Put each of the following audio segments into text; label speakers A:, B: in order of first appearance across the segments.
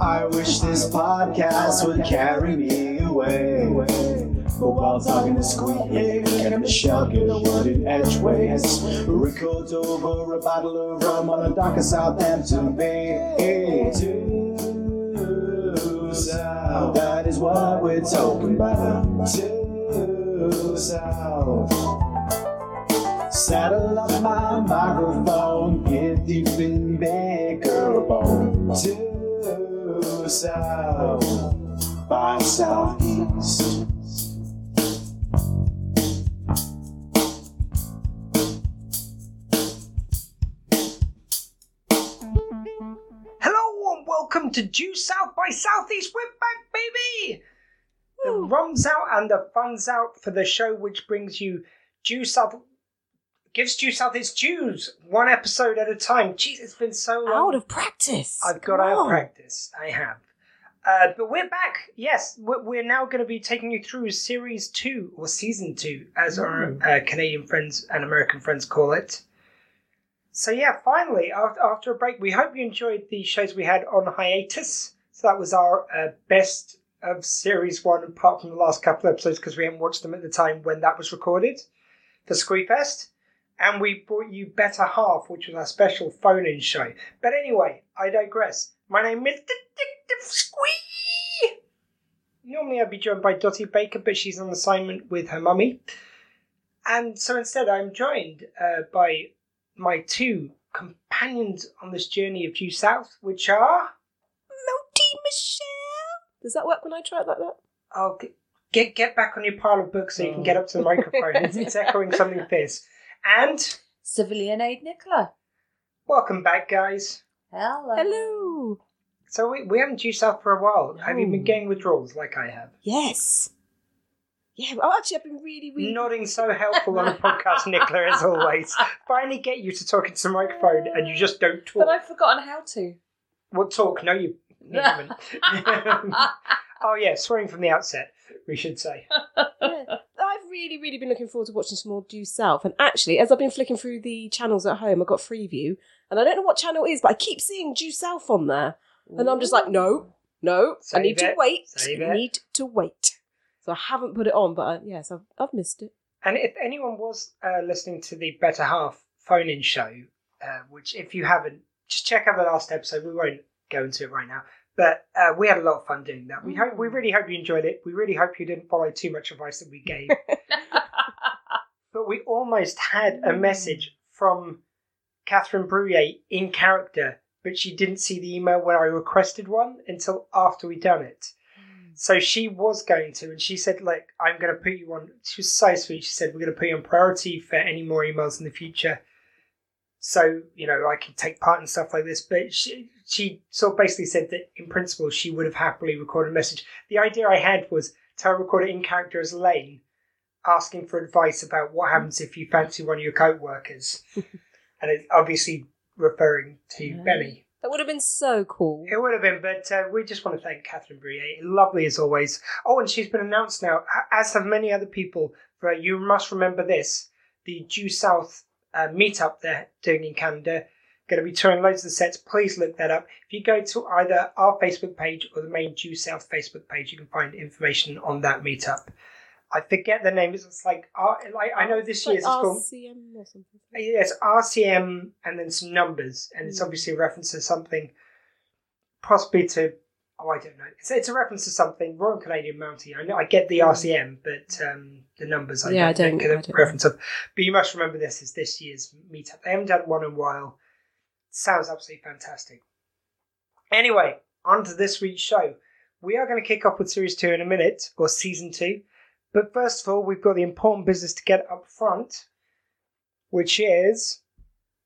A: I wish this podcast would carry me away. But while talking to Squeak and Michelle get a word in edgeways, recorded over a bottle of rum on a dock in Southampton Bay. To South, that is what we're talking about. To South. Saddle up my microphone, get deep in Baker Bone. To south by southeast.
B: Hello and welcome to Due South by Southeast. We're back, baby! The rum's out and the fun's out for the show, which brings you Due South. Gives Due South its dues, one episode at a time. Jeez, it's been so long.
C: out of practice.
B: I've got
C: Come
B: out of
C: on.
B: practice. I have. Uh, but we're back. Yes, we're, we're now going to be taking you through series two or season two, as
C: Mm.
B: our uh, Canadian friends and American friends call it. So yeah, finally, after, after a break, we hope you enjoyed the shows we had on hiatus. So that was our uh, best of series one, apart from the last couple of episodes because we hadn't watched them at the time when that was recorded for Squeefest and we brought you Better Half, which was our special phone-in show. But anyway, I digress. My name is Detective Squee. Normally I'd be joined by Dottie Baker, but she's on assignment with her mummy, and so instead I'm joined uh, by my two companions on this journey of due south, which are
C: Melty Michelle. Does that work when I try it like that?
B: oh g- get get back on your pile of books so you can get up to the microphone. it's, it's echoing something fierce. And
D: Civilian Aid Nicola.
B: welcome back, guys.
D: Hello.
C: Um, Hello.
B: So we, we haven't due south for a while. Have you been getting withdrawals like I have?
C: Yes. Yeah. Oh, actually, I've been really, really.
B: Nodding so helpful on the podcast, Nicola, as always. Finally get you to talk into the microphone and you just don't talk.
D: But I've forgotten how to.
B: Well, talk. No, you, you haven't. oh, yeah, swearing from the outset, we should say.
C: yeah. I've really, really been looking forward to watching some more Due South. And actually, as I've been flicking through the channels at home, I got Freeview, and I don't know what channel it is, but I keep seeing Due South on there, and I'm just like, no, no, I
B: Save
C: need to
B: it,
C: wait.
B: save
C: I
B: it.
C: need to wait. So I haven't put it on, but I, yes, I've, I've missed it.
B: And if anyone was uh, listening to the Better Half phone in show, uh, which if you haven't, just check out the last episode. We won't go into it right now. But uh, we had a lot of fun doing that. We hope we really hope you enjoyed it. We really hope you didn't follow too much advice that we gave. but we almost had a message from Catherine Brouillet in character, but she didn't see the email when I requested one until after we'd done it. So she was going to, and she said, like, I'm going to put you on. She was so sweet. She said, we're going to put you on priority for any more emails in the future. So, you know, I can take part in stuff like this. But she, she sort of basically said that in principle, she would have happily recorded a message. The idea I had was to record it in character as Lane, asking for advice about what happens if you fancy one of your co workers. and it's obviously referring to Benny.
C: That would have been so cool.
B: It would have been, but uh, we just want to thank Catherine Brouillet. Lovely as always. Oh, and she's been announced now, a- as have many other people. For you must remember this: the Due South uh, meetup they're doing in Canada. Going to be touring loads of the sets. Please look that up. If you go to either our Facebook page or the main Due South Facebook page, you can find information on that meetup. I forget the name. It's like, uh, like I know this
C: Like
B: year's it's called
C: RCM or something.
B: Yes, RCM and then some numbers, and it's
C: Hmm.
B: obviously a reference to something, possibly to oh I don't know. It's, it's a reference to something Royal Canadian Mountie. I know I get the RCM, but um, the numbers I
C: Hmm. Yeah, I
B: don't,
C: don't-
B: get
C: I
B: the
C: don't know.
B: reference of. But you must remember this is this year's meetup. They haven't done one in a while. Sounds absolutely fantastic. Anyway, on to this week's show. We are going to kick off with series two in a minute, or season two. But first of all, we've got the important business to get up front, which is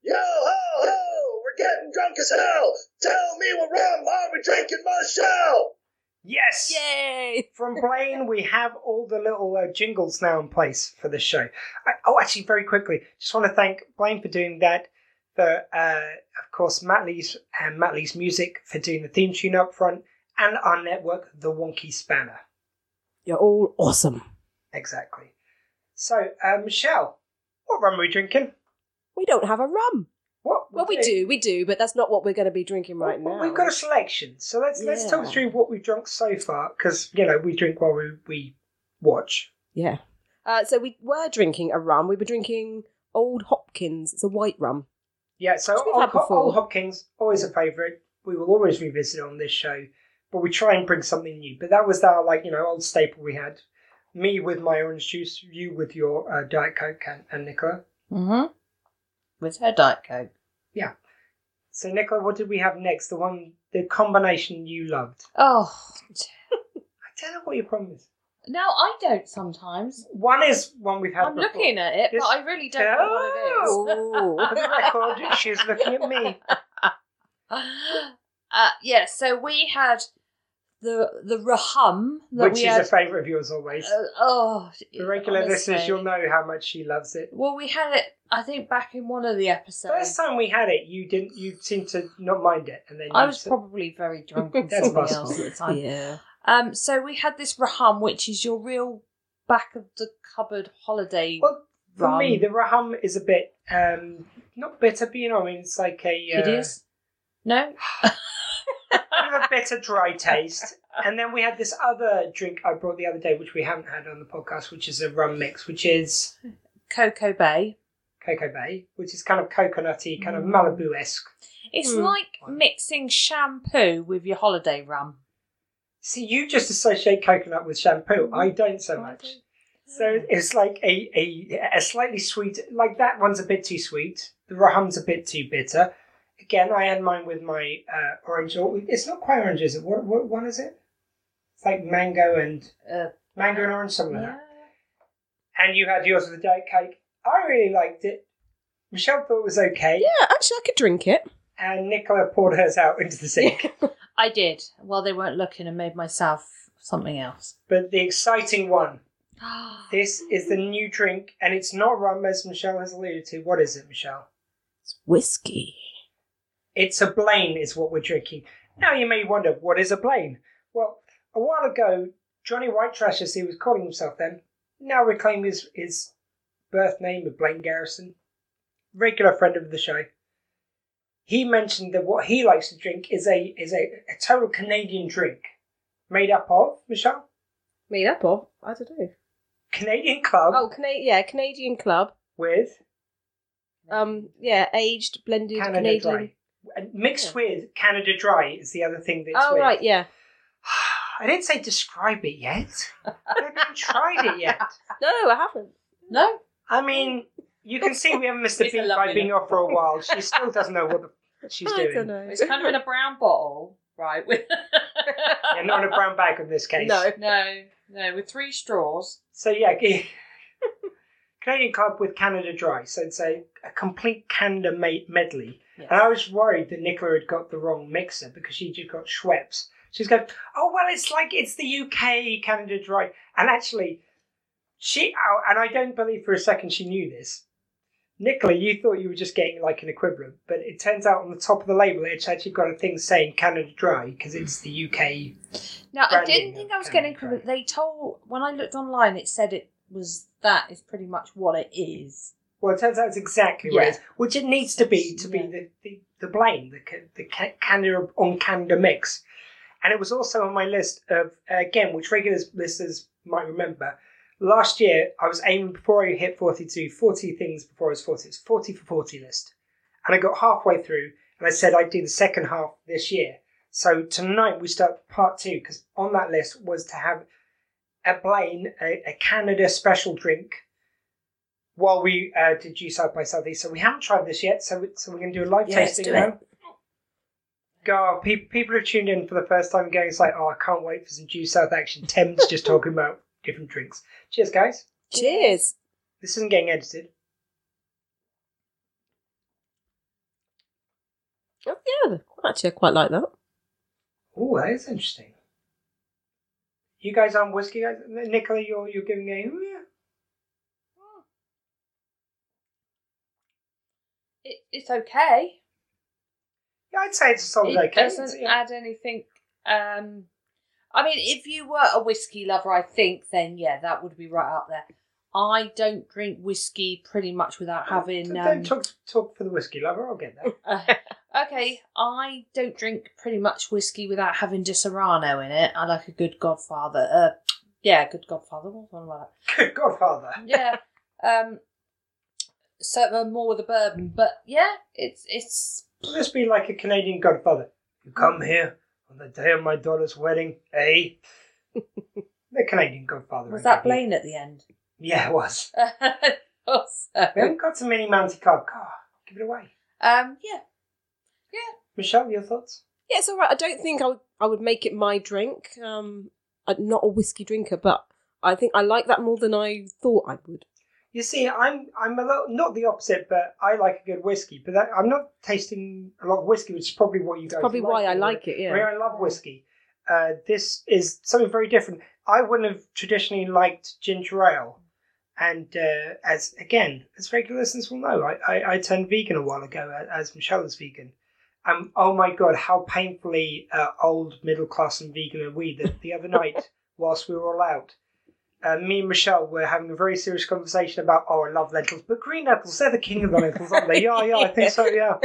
E: Yo ho ho! We're getting drunk as hell! Tell me what rum are we drinking, Michelle?
B: yes.
C: Yay!
B: From Blaine, we have all the little uh, jingles now in place for this show. I, Oh, actually, very quickly, just want to thank Blaine for doing that. For uh, of course, Matt Lee's and Matt Lee's music for doing the theme tune up front, and our network, The Wonky Spanner.
C: You're all awesome.
B: Exactly. So, uh, Michelle, what rum are we drinking?
C: We don't have a rum.
B: What?
C: Well, we do, we do, but that's not what we're going to be drinking right
B: Well,
C: now.
B: We've got a selection, so let's let's talk
C: Yeah.
B: through what we've drunk so far, because you know we drink while we we watch.
C: Yeah. Uh, so we were drinking a rum. We were drinking Old Hopkins. It's a white rum.
B: Yeah, so
C: Which we've
B: Old,
C: had
B: Ho-
C: before.
B: Old Hopkins, always a favourite. We will always revisit on this show, but we try and bring something new. But that was our, like, you know, old staple we had. Me with my orange juice, you with your uh, Diet Coke, and, and Nicola.
D: Mm-hmm. With her Diet Coke.
B: So, Nicola, what did we have next? The one, the combination you loved.
D: Oh,
B: I don't know what your problem is.
D: no, I don't sometimes.
B: One is one we've had
D: I'm
B: before.
D: looking at it,
B: Yes.
D: but I really don't know what it is.
C: Ooh.
B: For the record, she's looking at me.
D: Uh, yeah, so we had the the rahum that
B: Which
D: we
B: is
D: had.
B: a favourite of yours always.
D: uh, oh,
B: the regular listeners,
D: honestly.
B: you'll know how much she loves it.
D: Well, we had it. I think back in one of the
B: First
D: episodes.
B: time we had it, you didn't. You seemed to not mind it, and then
D: I
B: you
D: was
B: said-
D: probably very drunk on
B: That's
D: something
B: possible.
D: else at the time.
C: yeah.
D: Um, so we had this raham, which is your real back of the cupboard holiday.
B: Well, for
D: rum.
B: me, the raham is a bit um not bitter, but you know, I mean, it's like a uh,
D: It is. No.
B: kind of a bitter, dry taste. And then we had this other drink I brought the other day, which we haven't had on the podcast, which is a rum mix, which is
D: Cocoa Bay.
B: Cocoa Bay, which is kind of coconutty, kind of
D: Mm.
B: Malibu esque.
D: It's
C: Hmm.
D: like mixing shampoo with your holiday rum.
B: See, you just associate coconut with shampoo. I don't so much. So it's like a, a a slightly sweet, like that one's a bit too sweet. The raham's a bit too bitter. Again, I had mine with my uh, orange. Or it's not quite orange, is it? What what one is it? It's like mango and
D: Uh,
B: mango and orange, something like
D: yeah.
B: that. And you had yours with a diet cake. I really liked it. Michelle thought it was okay,
C: Yeah, actually, I could drink it.
B: and Nicola poured hers out into the sink.
D: I did. Well, they weren't looking and made myself something else.
B: But the exciting one. This is the new drink, and it's not rum, as Michelle has alluded to. What is it, Michelle?
C: It's whiskey.
B: It's a Blaine, is what we're drinking. Now you may wonder, what is a Blaine? Well, a while ago, Johnny White Trash, as he was calling himself then, now reclaimed his, his birth name of Blaine Garrison, regular friend of the show. He mentioned that what he likes to drink is a is a, a total Canadian drink made up of, Michelle?
C: Made up of? I don't know.
B: Canadian Club
C: Oh, Cana- yeah, Canadian Club.
B: with
C: Um, yeah, aged, blended
B: Canada
C: Canadian.
B: Dry. And Mixed
C: Yeah.
B: with Canada Dry is the other thing that's
C: Oh,
B: with.
C: right, yeah.
B: I didn't say describe it yet. I haven't tried it yet.
C: No, I haven't.
D: No.
B: I mean, you can see we haven't missed a
D: It's a
B: beat by
D: lovely
B: being off for a while. She still doesn't know what the, she's
C: I
B: doing.
C: don't know.
D: It's kind of in a brown bottle, right? With
B: Yeah, not in a brown bag in this case.
C: No.
D: no, no, with three straws.
B: So yeah, G- Canadian Club with Canada Dry. So it's a, a complete Canada mate medley.
D: Yeah.
B: And I was worried that Nicola had got the wrong mixer because she just got Schweppes. She's going, oh well, it's like it's the UK Canada Dry, and actually, she oh, and I don't believe for a second she knew this. Nicola, you thought you were just getting like an equivalent, but it turns out on the top of the label it's actually got a thing saying Canada Dry because it's the UK.
D: Now I
B: Branding
D: didn't think I was
B: of
D: getting.
B: Canada Dry.
D: They told when I looked online, it said it was that is pretty much what it is.
B: Well, it turns out it's exactly what it
D: Yeah.
B: is, which it needs to be to
D: Yeah.
B: be the, the, the blame, the, ca- the ca- Canada on Canada mix. And it was also on my list of, uh, again, which regular listeners might remember. Last year, I was aiming before I hit 42, 40 things before I was 40. It's 40 for 40 list. And I got halfway through and I said I'd do the second half this year. So tonight we start part two because on that list was to have a Blaine, a, a Canada special drink while we uh, did you South by Southeast. So we haven't tried this yet, so, we- so we're going to do a live
C: Yeah, let's
B: tasting
C: do
B: now. God, pe- people who tuned in for the first time going, it's like, oh, I can't wait for some due South action. Tim's just talking about different drinks. Cheers, guys.
C: Cheers.
B: This isn't getting edited.
C: Oh, yeah, actually, I quite like that.
B: Oh, that is interesting. mm, You guys aren't whiskey guys? Nicola, you're, you're giving a.
D: it's okay.
B: Yeah, I'd say Oh, it's a solid
D: it
B: okay.
D: doesn't
B: Yeah.
D: add anything. Um, I mean, if you were a whiskey lover, I think then yeah, that would be right up there. I don't drink whiskey pretty much without having.
B: Don't-
D: Um,
B: Oh, don't talk talk for the whiskey lover. I'll get there.
D: uh, okay, I don't drink pretty much whiskey without having De Serrano in it. I like a good Godfather. Uh, yeah, good Godfather. What was I on about?
B: Good Godfather.
D: yeah. Um, so uh, more with a bourbon, but yeah, it's it's
B: Will this be like a Canadian Godfather? You come here on the day of my daughter's wedding, eh? the Canadian Godfather.
D: was
B: I
D: that
B: think.
D: Blaine at the end?
B: Yeah, it was.
D: Oh,
B: We
D: also,
B: haven't got so many Monte Carlo. God, give it away.
D: um, yeah,
B: Michelle, your thoughts?
C: Yeah, it's all right. I don't think I would, I would make it my drink. Um, I'm not a whiskey drinker, but I think I like that more than I thought I would.
B: You see, I'm I'm a little not the opposite, but I like a good whiskey. But that, I'm not tasting a lot of whiskey, which is probably what you guys.
C: Probably
B: like
C: why I
B: more than-
C: like it.
B: I mean,
C: Yeah.
B: I love whiskey. Uh, this is something very different. I wouldn't have traditionally liked ginger ale, and uh, as again, as regular listeners will know, I, I, I turned vegan a while ago, a- as Michelle is vegan. Um, oh my god, how painfully uh, old, middle class, and vegan are we that the other night, whilst we were all out, uh, me and Michelle were having a very serious conversation about, oh, I love lentils, but green lentils, they're the king of the lentils, aren't they? Yeah, yeah, I think so, yeah.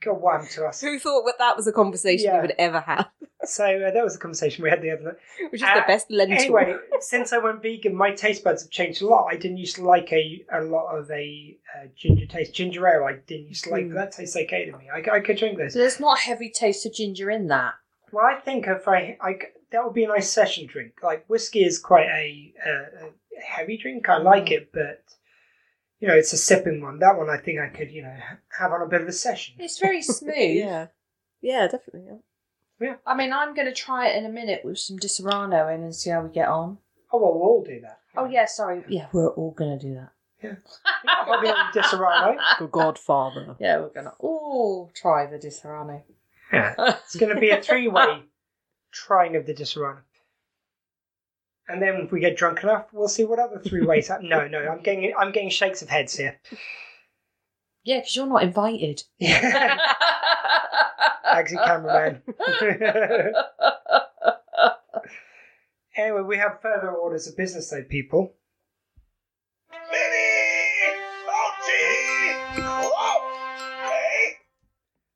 B: God, wham to us.
C: Who thought that that was a conversation
B: Yeah.
C: you would ever have?
B: So uh, that was the conversation we had the other night.
C: Which is
B: Uh,
C: the best lentil.
B: Anyway, since I went vegan, my taste buds have changed a lot. I didn't used to like a, a lot of a uh, ginger taste. Ginger ale, I didn't used to like,
D: Mm.
B: but that tastes okay to me. I, c- I could drink this.
D: so there's not a heavy taste of ginger in that.
B: Well, I think if I, I c- that would be a nice session drink. Like whiskey is quite a, uh, a heavy drink. I like
D: Mm.
B: it, but you know, it's a sipping one. That one, I think I could, you know, ha- have on a bit of a session.
D: It's very smooth.
C: yeah, yeah, definitely. Yeah.
D: I mean, I'm going to try it in a minute with some Di Serrano in and see how we get on.
B: Oh well, we'll all do that.
D: Oh yeah, sorry. Yeah, we're all going to do that.
B: Yeah. I'll be on Di Serrano.
C: The Godfather.
D: Yeah, we're going to all try the Di Serrano.
B: Yeah. It's going to be a three way trying of the Disarana. And then if we get drunk enough, we'll see what other three ways. happen. No, no, I'm getting I'm getting shakes of heads here.
D: yeah, because you're not invited.
B: Taxi cameraman. anyway, we have further orders of business though, people.
E: Minnie! Mochi! Club! Hey!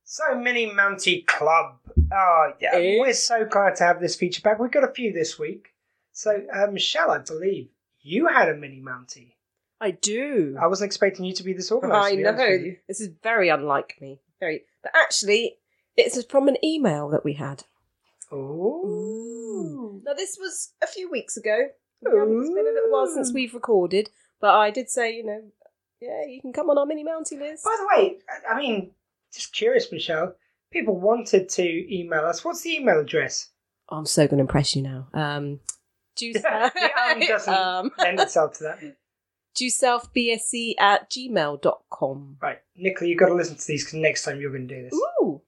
B: So mini Mounty Club. Oh yeah,
C: Eh?
B: we're so glad to have this feature back. We've got a few this week. So uh, Michelle, I believe you had a mini Mounty.
C: I do.
B: I wasn't expecting you to be this organised.
C: I
B: to be honest with you.
C: know. This is very unlike me. Very, but actually, it's from an email that we had.
B: Oh.
C: Now, this was a few weeks ago. We haven't- It's been a little while since we've recorded, but I did say, you know, yeah, you can come on our mini mounty list.
B: By the way, I- I mean, just curious, Michelle. People wanted to email us. What's the email address?
C: I'm so going to impress you now. Um, do
B: The um doesn't
C: um,
B: lend itself to that.
C: doselfbsc E at gmail.com.
B: Right, Nicola, you've got to listen to these because next time you're going to do this.
C: Ooh.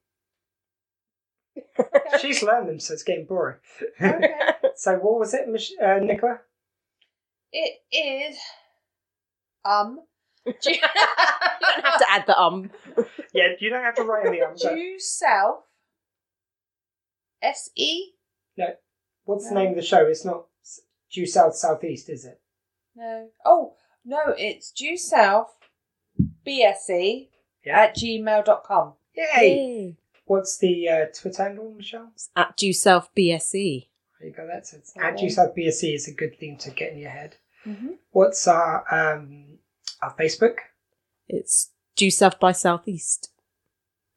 B: She's learned them, so it's getting boring. so what was it, Mich- uh, Nicola?
D: It is. Um. Do you
C: I don't have to add the um.
B: Yeah, you don't have to write any of them.
D: Due South. S E?
B: but What's the name of the show? It's not s- due south southeast, is it?
D: No. Oh, no, it's due south BSE E, at gmail.com.
B: Yay!
C: Yay.
B: What's the uh, Twitter handle, Michelle?
C: It's at doselfbsc.
B: There you go. That's it.
D: Okay.
B: At due south BSC is a good thing to get in your head.
D: Mm-hmm.
B: What's our um, our Facebook,
C: It's due south by southeast.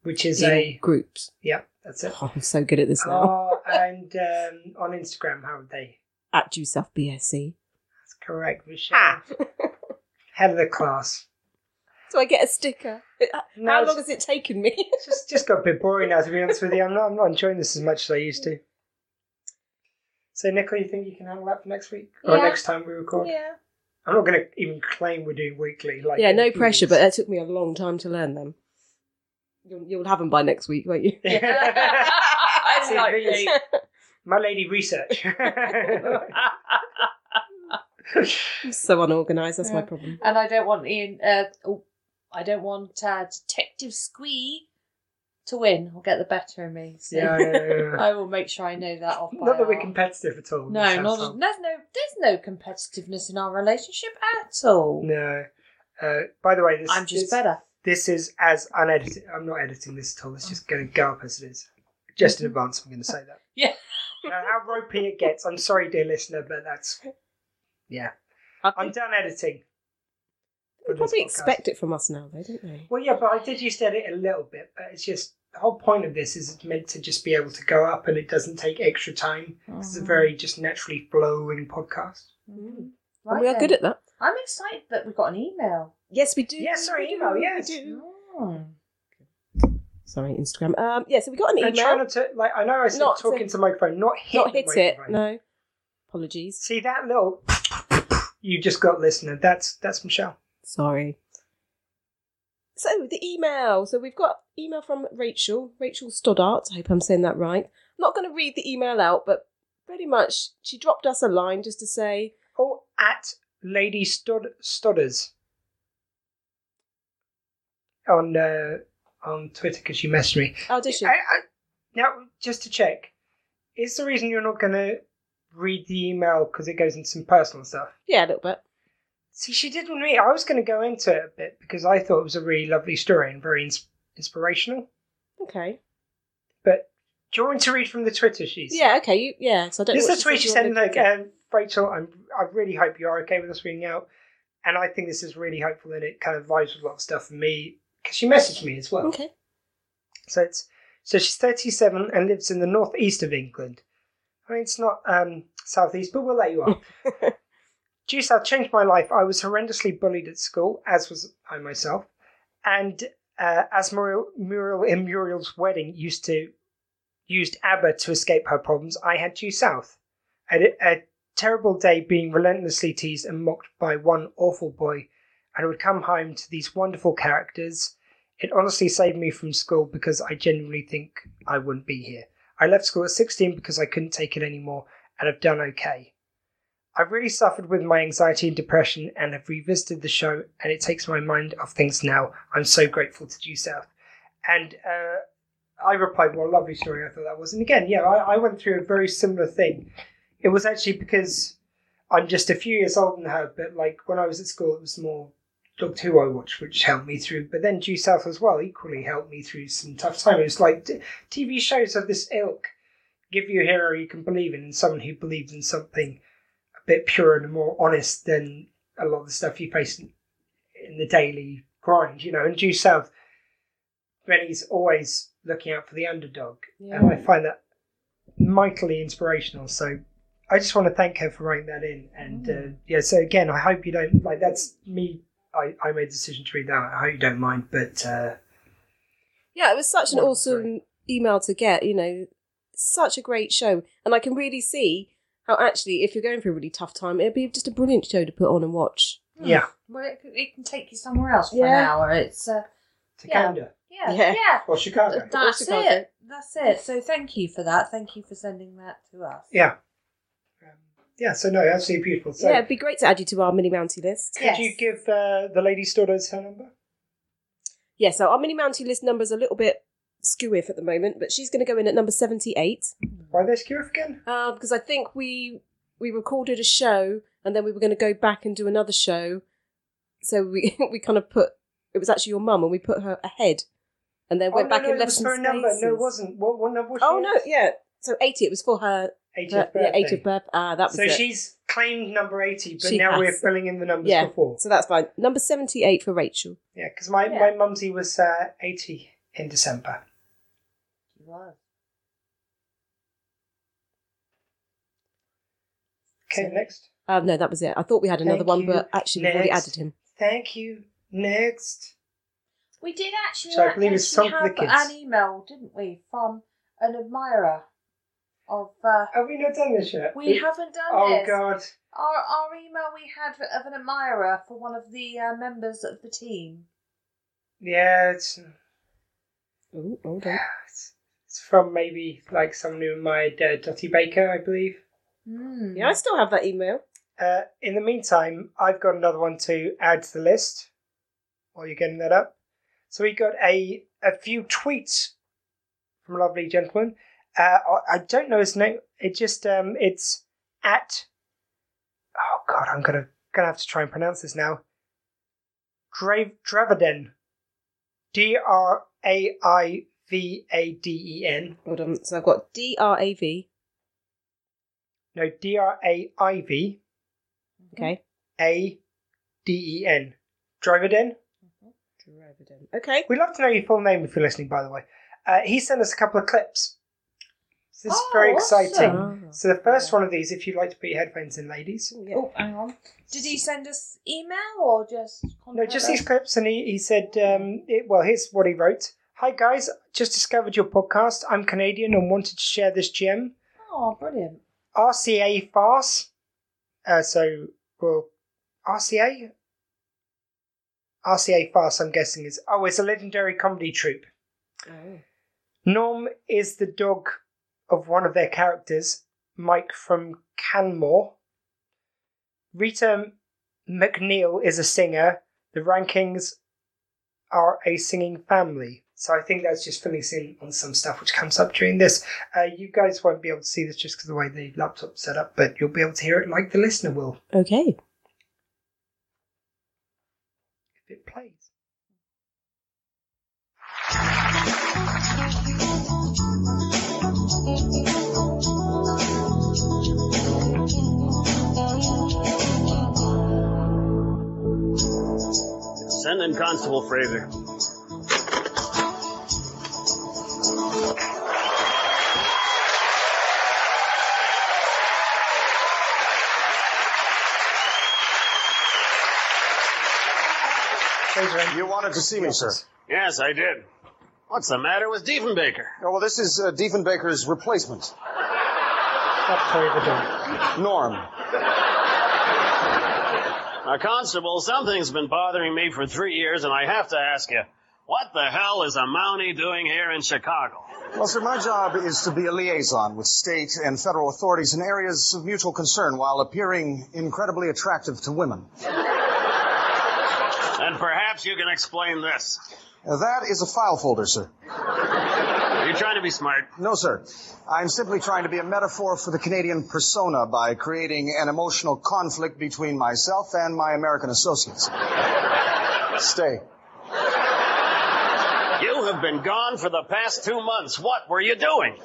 B: which is
C: in
B: a
C: groups.
B: yeah, that's it.
C: Oh, I'm so good at this now.
B: Oh, and um, on Instagram, how would they?
C: At due south BSC.
B: That's correct, Michelle. Head of the class.
C: So I get a sticker.
B: No,
C: How
B: it's-
C: long has it taken me?
B: It's just just got a bit boring now. To be honest with you, I'm not I'm not enjoying this as much as I used to. So, Nicola, you think you can handle that for next week or
D: Yeah.
B: next time we record?
D: Yeah.
B: I'm not going to even claim we're doing weekly. Like
C: yeah,
B: in a
C: no
B: few
C: pressure, but uh,
B: weeks.
C: that took me a long time to learn them. You'll, you'll have them by next week, won't you?
B: See, these- my lady research.
C: I'm so unorganised, that's my
D: Yeah.
C: problem.
D: and I don't want Ian. Uh, oh, I don't want uh, Detective Squee to win or get the better of me. So
B: Yeah, yeah, yeah, yeah.
D: I will make sure I know that off. by
B: Not that we're
D: heart.
B: competitive at all. in this
D: No, not
B: household.
D: there's no there's no competitiveness in our relationship at all.
B: No. Uh, by the way, this
D: I'm just
B: this,
D: better.
B: This is as unedited. I'm not editing this at all. It's just going to go up as it is. Just in advance, I'm going to say that.
D: Yeah.
B: now, how ropey it gets. I'm sorry, dear listener, but that's. Yeah. I'm done editing. for
C: They
B: this
C: probably
B: podcast.
C: expect it from us now, though, don't they?
B: Well, yeah, but I did used to edit a little bit, but it's just the whole point of this is it's meant to just be able to go up and it doesn't take extra time. It's
C: Mm.
B: a very just naturally flowing podcast.
D: Mm.
C: And
D: Right
C: we are good
D: then.
C: at that.
D: I'm excited that we got an email.
C: Yes, we do.
B: Yeah, sorry,
C: We do,
B: email,
C: we
B: yes.
C: do.
D: Mm.
C: Sorry, Instagram. Um, yeah, so we got an
B: And try
C: email.
B: not to, like, I know I said
C: Not to-
B: talking to, microphone, not hit
C: Not
B: the
C: hit it.
B: microphone.
C: No. Apologies.
B: See that little you just got listener. That's that's Michelle.
C: Sorry. So the email. So we've got email from Rachel, Rachel Stoddart. I hope I'm saying that right. I'm not going to read the email out, but pretty much she dropped us a line just to say,
B: Oh, at Lady Stud Studders on uh, on Twitter because she messaged me.
C: "Oh, did she?"
B: I, I, now, just to check, is the reason you're not going to read the email because it goes into some personal stuff?
C: Yeah, a little bit.
B: See, she did with me. I was going to go into it a bit because I thought it was a really lovely story and very ins- inspirational.
C: Okay.
B: But do you want me to read from the Twitter she's
C: Yeah. Okay. You, yeah. So I don't.
B: This
C: know what
B: is a tweet she
C: you
B: said,
C: wanted
B: look,
C: to get.
B: um, Rachel, I'm, I really hope you're okay with us reading out. And I think this is really helpful and it kind of vibes with a lot of stuff for me because she messaged me as well.
C: Okay.
B: So it's so she's 37 and lives in the northeast of England. I mean, it's not um, southeast, but we'll let you off. Due South changed my life. I was horrendously bullied at school, as was I myself. And uh, as Muriel, Muriel in Muriel's wedding used to used ABBA to escape her problems, I had due south. A, a terrible day being relentlessly teased and mocked by one awful boy, and would come home to these wonderful characters. It honestly saved me from school because I genuinely think I wouldn't be here. I left school at 16 because I couldn't take it anymore and have done okay. I've really suffered with my anxiety and depression and have revisited the show and it takes my mind off things now. I'm so grateful to Due South. And uh, I replied, what a lovely story I thought that was. And again, yeah, I, I went through a very similar thing. It was actually because I'm just a few years older than her, but like when I was at school, it was more Doctor Who I watched, which helped me through, but then Due South as well equally helped me through some tough time. It's like t- TV shows of this ilk give you a hero you can believe in, and someone who believes in something a bit purer and more honest than a lot of the stuff you face in, in the daily grind, you know. And Due South, Benny's always looking out for the underdog, and I find that mightily inspirational. So I just want to thank her for writing that in. And uh, yeah, so again, I hope you don't like that's me. I, I made the decision to read that. I hope you don't mind, but uh,
C: Yeah, it was such an
B: Wonderful
C: awesome
B: story.
C: email to get, you know, such a great show. And I can really see how actually, if you're going through a really tough time, it'd be just a brilliant show to put on and watch.
B: Hmm. yeah,
D: Well, it, c- it can take you somewhere else for an
C: Yeah.
D: hour. It's uh,
B: Tacanda
D: yeah, yeah.
C: Yeah.
B: or Chicago.
D: That's
C: Chicago.
D: it. That's it. So thank you for that. Thank you for sending that to us.
B: Yeah, um, yeah. So no, absolutely beautiful. So
C: yeah, it'd be great to add you to our mini mounty list.
B: could you give uh, the lady Stoddard's her number?
C: Yeah, so our mini mounty list number's a little bit skew if at the moment, but she's going to go in at number 78
B: Why they skew again?
C: uh, because I think we we recorded a show and then we were going to go back and do another show. So we we kind of put it was actually your mum and we put her ahead and then went
B: Oh, no,
C: back
B: no,
C: and
B: it
C: left
B: was
C: some
B: her
C: spaces.
B: number. No, it wasn't. What, what number was
C: Oh
B: she?
C: no, yeah. So eighty. It was for her,
B: 80th
C: her yeah,
B: birthday.
C: eighth of birth. Ah, that was
B: so
C: it.
B: she's claimed number 80, but
C: She
B: now
C: has.
B: we're filling in the numbers
C: yeah.
B: before.
C: So that's fine. Number seventy-eight for Rachel.
B: Yeah, because my,
D: Yeah.
B: my mumsy was uh, 80 in December.
D: Wow.
B: Okay,
C: So-
B: next.
C: Um, no, that was it. I thought we had another
B: Thank
C: one,
B: you.
C: but actually we've already
B: Next.
C: added him.
B: Thank you. Next.
D: We did actually.
B: So I believe it's
D: actually
B: Song for the
D: have
B: Kids.
D: an email, didn't we, from an admirer of. Uh,
B: Have we not done this yet?
D: we haven't done
B: Oh,
D: this.
B: God.
D: Our, our email we had of an admirer for one of the uh, members of the team.
B: Yeah, it's,
C: Ooh, Oh, hold on.
B: it's, it's from maybe like someone who admired uh, Dottie Baker, I believe.
D: Mm.
C: Yeah, I still have that email.
B: Uh, in the meantime, I've got another one to add to the list. while you're getting that up. So we got a a few tweets from a lovely gentleman. Uh, I, I don't know his name. It just um, it's at. Oh God, I'm gonna gonna have to try and pronounce this now. Drav Draviden, D R A I V A D E N.
C: Hold on. So I've got D R A V.
B: No, D R A I V
C: Okay.
B: A D E N. Draviden.
C: Okay.
B: We'd love to know your full name if you're listening, by the way. Uh, he sent us a couple of clips. So This is
D: Oh,
B: very exciting.
C: awesome.
B: So the first one of these, if you'd like to put your headphones in, ladies.
C: Yeah.
D: Oh, hang on. Did he send us email or just
B: No,
D: contact
B: just
D: us?
B: these clips, and he, he said, um, it, well, here's what he wrote. Hi guys, just discovered your podcast. I'm Canadian and wanted to share this gem.
D: Oh, brilliant.
B: RCA farce. Uh, so, well, RCA? RCA farce, I'm guessing, is, oh, it's a legendary comedy troupe. Norm is the dog of one of their characters, Mike from Canmore. Rita McNeil is a singer. The rankings are a singing family. So I think that's just filling us in on some stuff which comes up during this. Uh, you guys won't be able to see this just because of the way the laptop's set up, but you'll be able to hear it like the listener will
C: Okay.
B: if it plays.
F: Send in Constable Fraser.
B: Fraser, and-
F: You wanted to see me, sir. Yes, I did. What's the matter with Diefenbaker?
G: Oh, well, this is uh, Diefenbaker's replacement,
B: Stop Tori the dog.
G: Norm.
F: Now, Constable, something's been bothering me for three years, and I have to ask you, what the hell is a Mountie doing here in Chicago?
G: Well, sir, my job is to be a liaison with state and federal authorities in areas of mutual concern while appearing incredibly attractive to women.
F: And perhaps you can explain this.
G: Uh, that is a file folder, sir.
F: Are you trying to be smart?
G: No, sir. I'm simply trying to be a metaphor for the Canadian persona by creating an emotional conflict between myself and my American associates. Stay.
F: You have been gone for the past two months. What were you doing?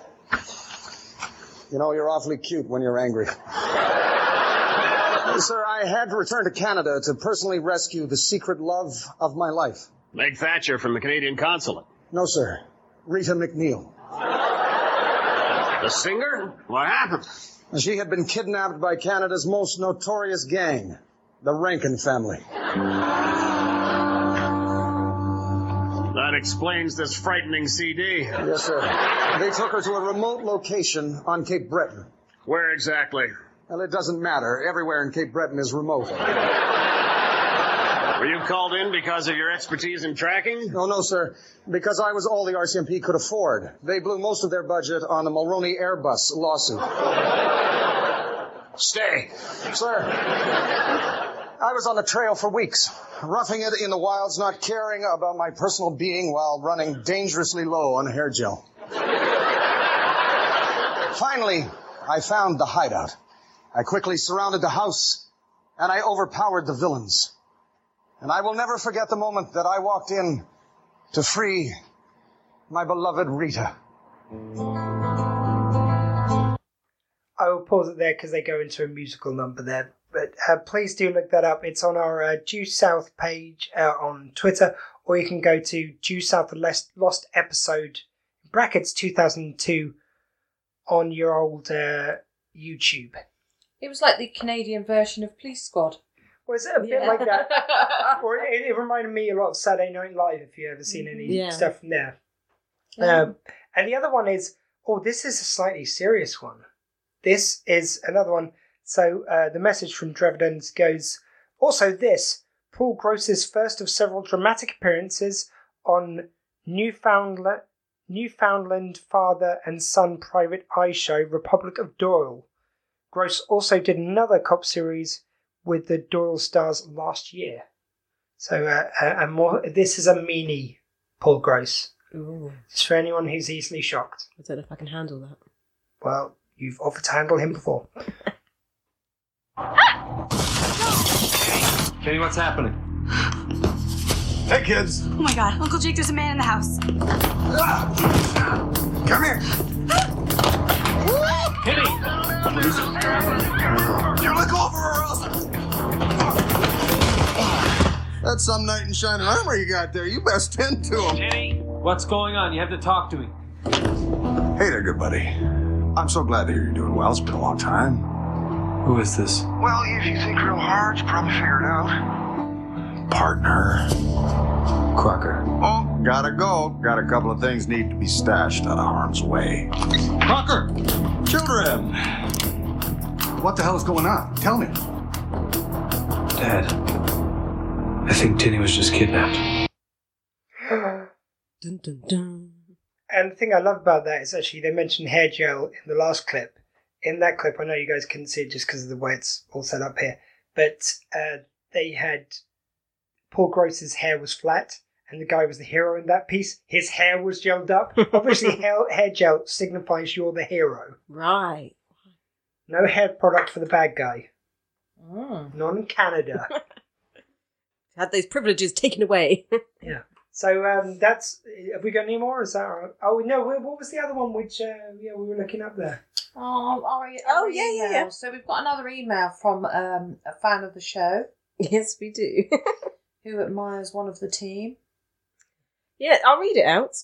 G: You know, you're awfully cute when you're angry. Sir, I had to return to Canada to personally rescue the secret love of my life.
F: Meg Thatcher from the Canadian consulate.
G: No, sir. Rita McNeil.
F: The singer? What happened?
G: She had been kidnapped by Canada's most notorious gang, the Rankin family.
F: That explains this frightening CD.
G: Yes, sir. They took her to a remote location on Cape Breton.
F: Where exactly?
G: Well, it doesn't matter. Everywhere in Cape Breton is remote.
F: Were you called in because of your expertise in tracking?
G: No, no, sir. Because I was all the RCMP could afford. They blew most of their budget on the Mulroney Airbus lawsuit.
F: Stay.
G: Sir, I was on the trail for weeks, roughing it in the wilds, not caring about my personal being while running dangerously low on hair gel. Finally, I found the hideout. I quickly surrounded the house, and I overpowered the villains. And I will never forget the moment that I walked in to free my beloved Rita.
B: I will pause it there because they go into a musical number there. But uh, please do look that up. It's on our uh, Due South page uh, on Twitter, or you can go to Due South Lost, Lost episode brackets 2002 on your old uh, YouTube.
D: It was like the Canadian version of Police Squad.
B: Was it a bit like that? Or it, it reminded me a lot of Saturday Night Live if you ever seen any
C: Yeah.
B: stuff from there.
D: Yeah.
B: Um, and the other one is, oh, this is a slightly serious one. This is another one. So uh, the message from Drevedens goes, also this, Paul Gross's first of several dramatic appearances on Newfoundland, Newfoundland Father and Son Private Eye Show, Republic of Doyle. Gross also did another cop series with the Doyle Stars last year. So, uh, a, a more this is a meanie Paul Gross.
C: Ooh,
B: It's for anyone who's easily shocked.
C: I don't know if I can handle that.
B: Well, you've offered to handle him before.
H: Kenny, what's happening?
A: Hey, kids.
I: Oh my god, Uncle Jake, there's a man in the house.
A: Come here.
H: Kenny!
A: You look over or else.
J: That's some knight in shining armor you got there. You best tend to him.
H: Kenny! What's going on? You have to talk to me.
J: Hey there, good buddy. I'm so glad to hear you're doing well. It's been a long time.
H: Who is this?
J: Well, if you think real hard, you probably figure it out. Partner.
H: Crocker.
J: Oh, gotta go. Got a couple of things need to be stashed out of harm's way.
H: Crocker!
J: Children! What the hell is going on? Tell me.
H: Dad. I think Tinny was just kidnapped.
C: Dun, dun, dun.
B: And the thing I love about that is actually they mentioned hair gel in the last clip. In that clip, I know you guys couldn't see it just because of the way it's all set up here, but uh, they had Paul Gross's hair was flat, and the guy was the hero in that piece. His hair was gelled up. Obviously, hair, hair gel signifies you're the hero.
C: Right.
B: No hair product for the bad guy.
D: Mm.
B: None in Canada.
C: Had those privileges taken away.
B: so um, that's. Have we got any more? Is that? Our, oh no. wh- What was the other one? Which uh, yeah, we were looking up there.
D: Oh, our, e-
C: Oh,
D: our
C: yeah, yeah,
D: email.
C: yeah.
D: So we've got another email from um, a fan of the show
C: yes, we do.
D: who admires one of the team.
C: Yeah, I'll read it out.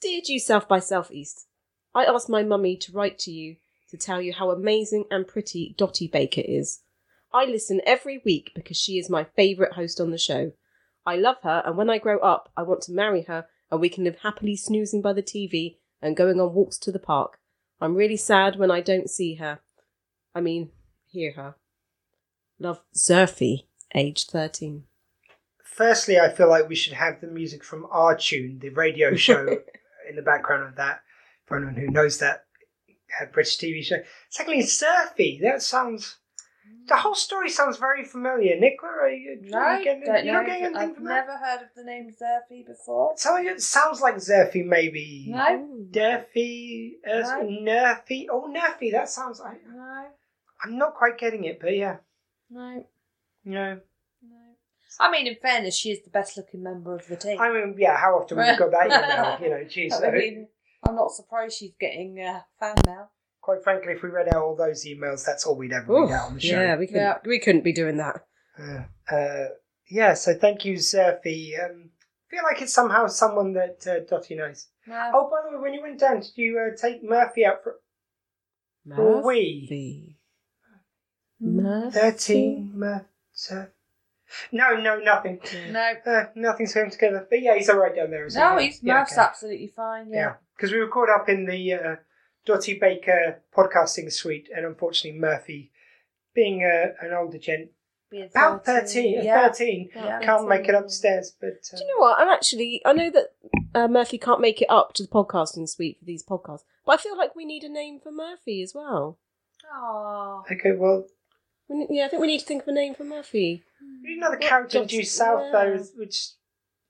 C: Dear due South by Southeast, I asked my mummy to write to you to tell you how amazing and pretty Dottie Baker is. I listen every week because she is my favourite host on the show. I love her, and when I grow up, I want to marry her and we can live happily snoozing by the TV and going on walks to the park. I'm really sad when I don't see her. I mean, hear her. Love Zerfy, age 13.
B: Firstly, I feel like we should have the music from our tune, the radio show, in the background of that. For anyone who knows that uh, British TV show. Secondly, Surfy. That sounds. The whole story sounds very familiar. Nicola, are you,
D: No,
B: are you getting,
D: don't
B: you're
D: know.
B: not getting anything
D: I've
B: from
D: never heard of the name Zerfi before.
B: that? Tell you, it sounds like Zerfy, maybe.
D: No,
B: Durfy, uh,
D: No.
B: Nerfy. Oh, Nerfy, that sounds like.
D: no,
B: I'm not quite getting it, but yeah.
D: no,
B: No.
D: no. I mean, in fairness, she is the best looking member of the team.
B: I mean, yeah, how often have you got that email? You know, geez.
D: I mean, I'm not surprised she's getting uh, fan mail.
B: quite frankly, if we read out all those emails, that's all we'd ever
C: Oof,
B: read out on the show.
C: yeah, we couldn't,
D: Yeah.
C: we couldn't be doing that.
B: Uh, yeah, so thank you, Zerfi. Um, feel like it's somehow someone that uh, Dottie knows.
D: No.
B: Oh, by the way, when you went down, did you uh, take Murphy out for Murphy.
C: Murphy. Murphy.
B: 13 Murphy? No, no, nothing.
D: no,
B: Uh, nothing's going together. But yeah, he's all right down there. Isn't
D: no,
B: he?
D: he's
B: yeah,
D: Murph's
B: okay.
D: absolutely fine. Yeah.
B: Yeah, because we were caught up in the uh, Dottie Baker podcasting suite, and unfortunately, Murphy, being uh, an older gent,
D: Being
B: about 13,
D: Yeah.
B: 13
D: Yeah.
B: can't make it upstairs. But uh,
C: Do you know what? I'm actually. I know that uh, Murphy can't make it up to the podcasting suite for these podcasts, but I feel like we need a name for Murphy as well.
D: Aw.
B: okay, well,
C: We ne- yeah, I think we need to think of a name for Murphy.
B: You know the
C: What
B: character in
C: does-
B: Due South
C: yeah.
B: though, is- which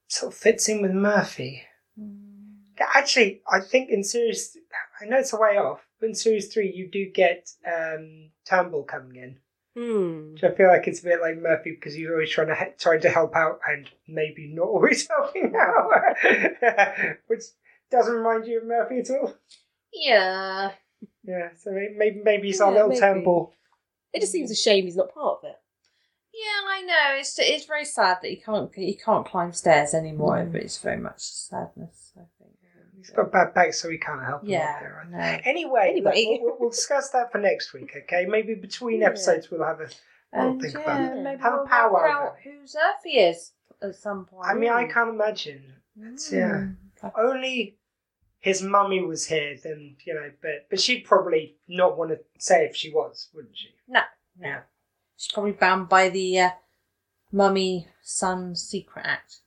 B: sort of fits in with Murphy. Actually, I think in series, I know it's a way off, but in series three, you do get um, Turnbull coming in,
C: Hmm.
B: which I feel like it's a bit like Murphy because you're always trying to he- trying to help out and maybe not always helping out, which doesn't remind you of Murphy at all.
D: Yeah.
B: Yeah, so may- maybe maybe it's our
C: Yeah,
B: little
C: maybe.
B: Turnbull.
C: It just seems a shame he's not part of it.
D: Yeah, I know. It's it's very sad that he can't he can't climb stairs anymore.
B: Mm.
D: But it's very much sadness. I think.
B: He's got a bad back, so we can't help him. out there,
D: Yeah.
B: right?
D: No.
B: Anyway,
C: Anyway.
B: look, we'll, we'll discuss that for next week, okay? Maybe between
C: Yeah.
B: episodes we'll have a. I'll
D: And
B: think about
D: yeah,
C: it.
D: maybe
B: Have a
D: we'll
B: powwow
D: work out
B: about
D: who Zerfi is at some point. Mm.
B: I mean, I can't imagine. It's, yeah. Only his mummy was here, then you know, but but she'd probably not want to say if she was, wouldn't she?
D: No.
B: Yeah.
D: She's probably bound by the uh, mummy son secret act.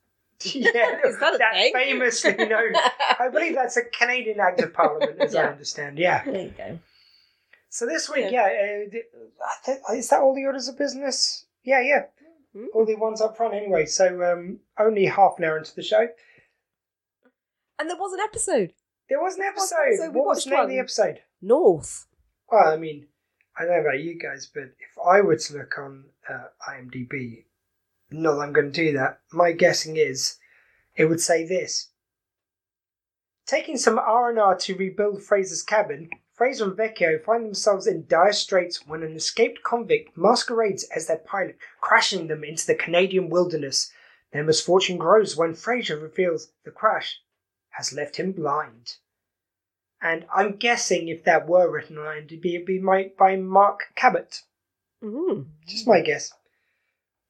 B: yeah,
C: Is that a thing?
B: famously known. I believe that's a Canadian Act of Parliament, as I
D: Yeah.
B: understand. Yeah.
D: There you go.
B: So this week, yeah, uh, th- I think- is that all the orders of business? Yeah, yeah.
C: Hmm.
B: all the ones up front anyway. So um, only half an hour into the show.
C: And there was an episode.
B: There was an episode.
C: So we
B: what was
C: watched
B: the name of
C: one.
B: the episode?
C: North.
B: Well, I mean, I don't know about you guys, but if I were to look on uh, IMDb, not that I'm going to do that, my guessing is it would say this. Taking some R&R to rebuild Fraser's cabin, Fraser and Vecchio find themselves in dire straits when an escaped convict masquerades as their pilot, crashing them into the Canadian wilderness. Their misfortune grows when Fraser reveals the crash has left him blind. And I'm guessing if that were written on IMDb, it'd be my, by Mark Cabot.
C: Mm.
B: Just my guess.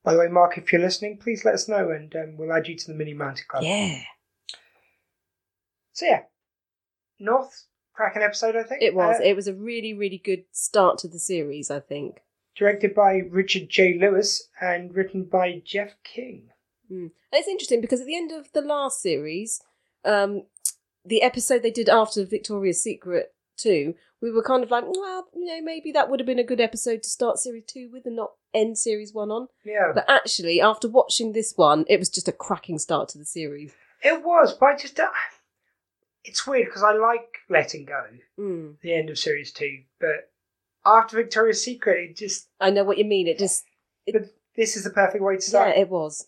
B: By the way, Mark, if you're listening, please let us know and um, we'll add you to the Mini Mountain Club.
C: Yeah.
B: So, yeah. North, cracking episode, I think.
C: It was.
B: Uh,
C: It was a really, really good start to the series, I think.
B: directed by Richard J. Lewis and written by Jeff King.
C: Mm. And it's interesting because at the end of the last series, um, the episode they did after Victoria's Secret 2, we were kind of like, well, you know, maybe that would have been a good episode to start series 2 with and not end series 1 on.
B: Yeah.
C: But actually, after watching this one, it was just a cracking start to the series.
B: It was, but I just. don't- It's weird because I like letting go
C: Mm.
B: the end of series two, but after Victoria's Secret, it just.
C: I know what you mean. It just,
B: but this is the perfect way to
C: yeah,
B: start
C: it was.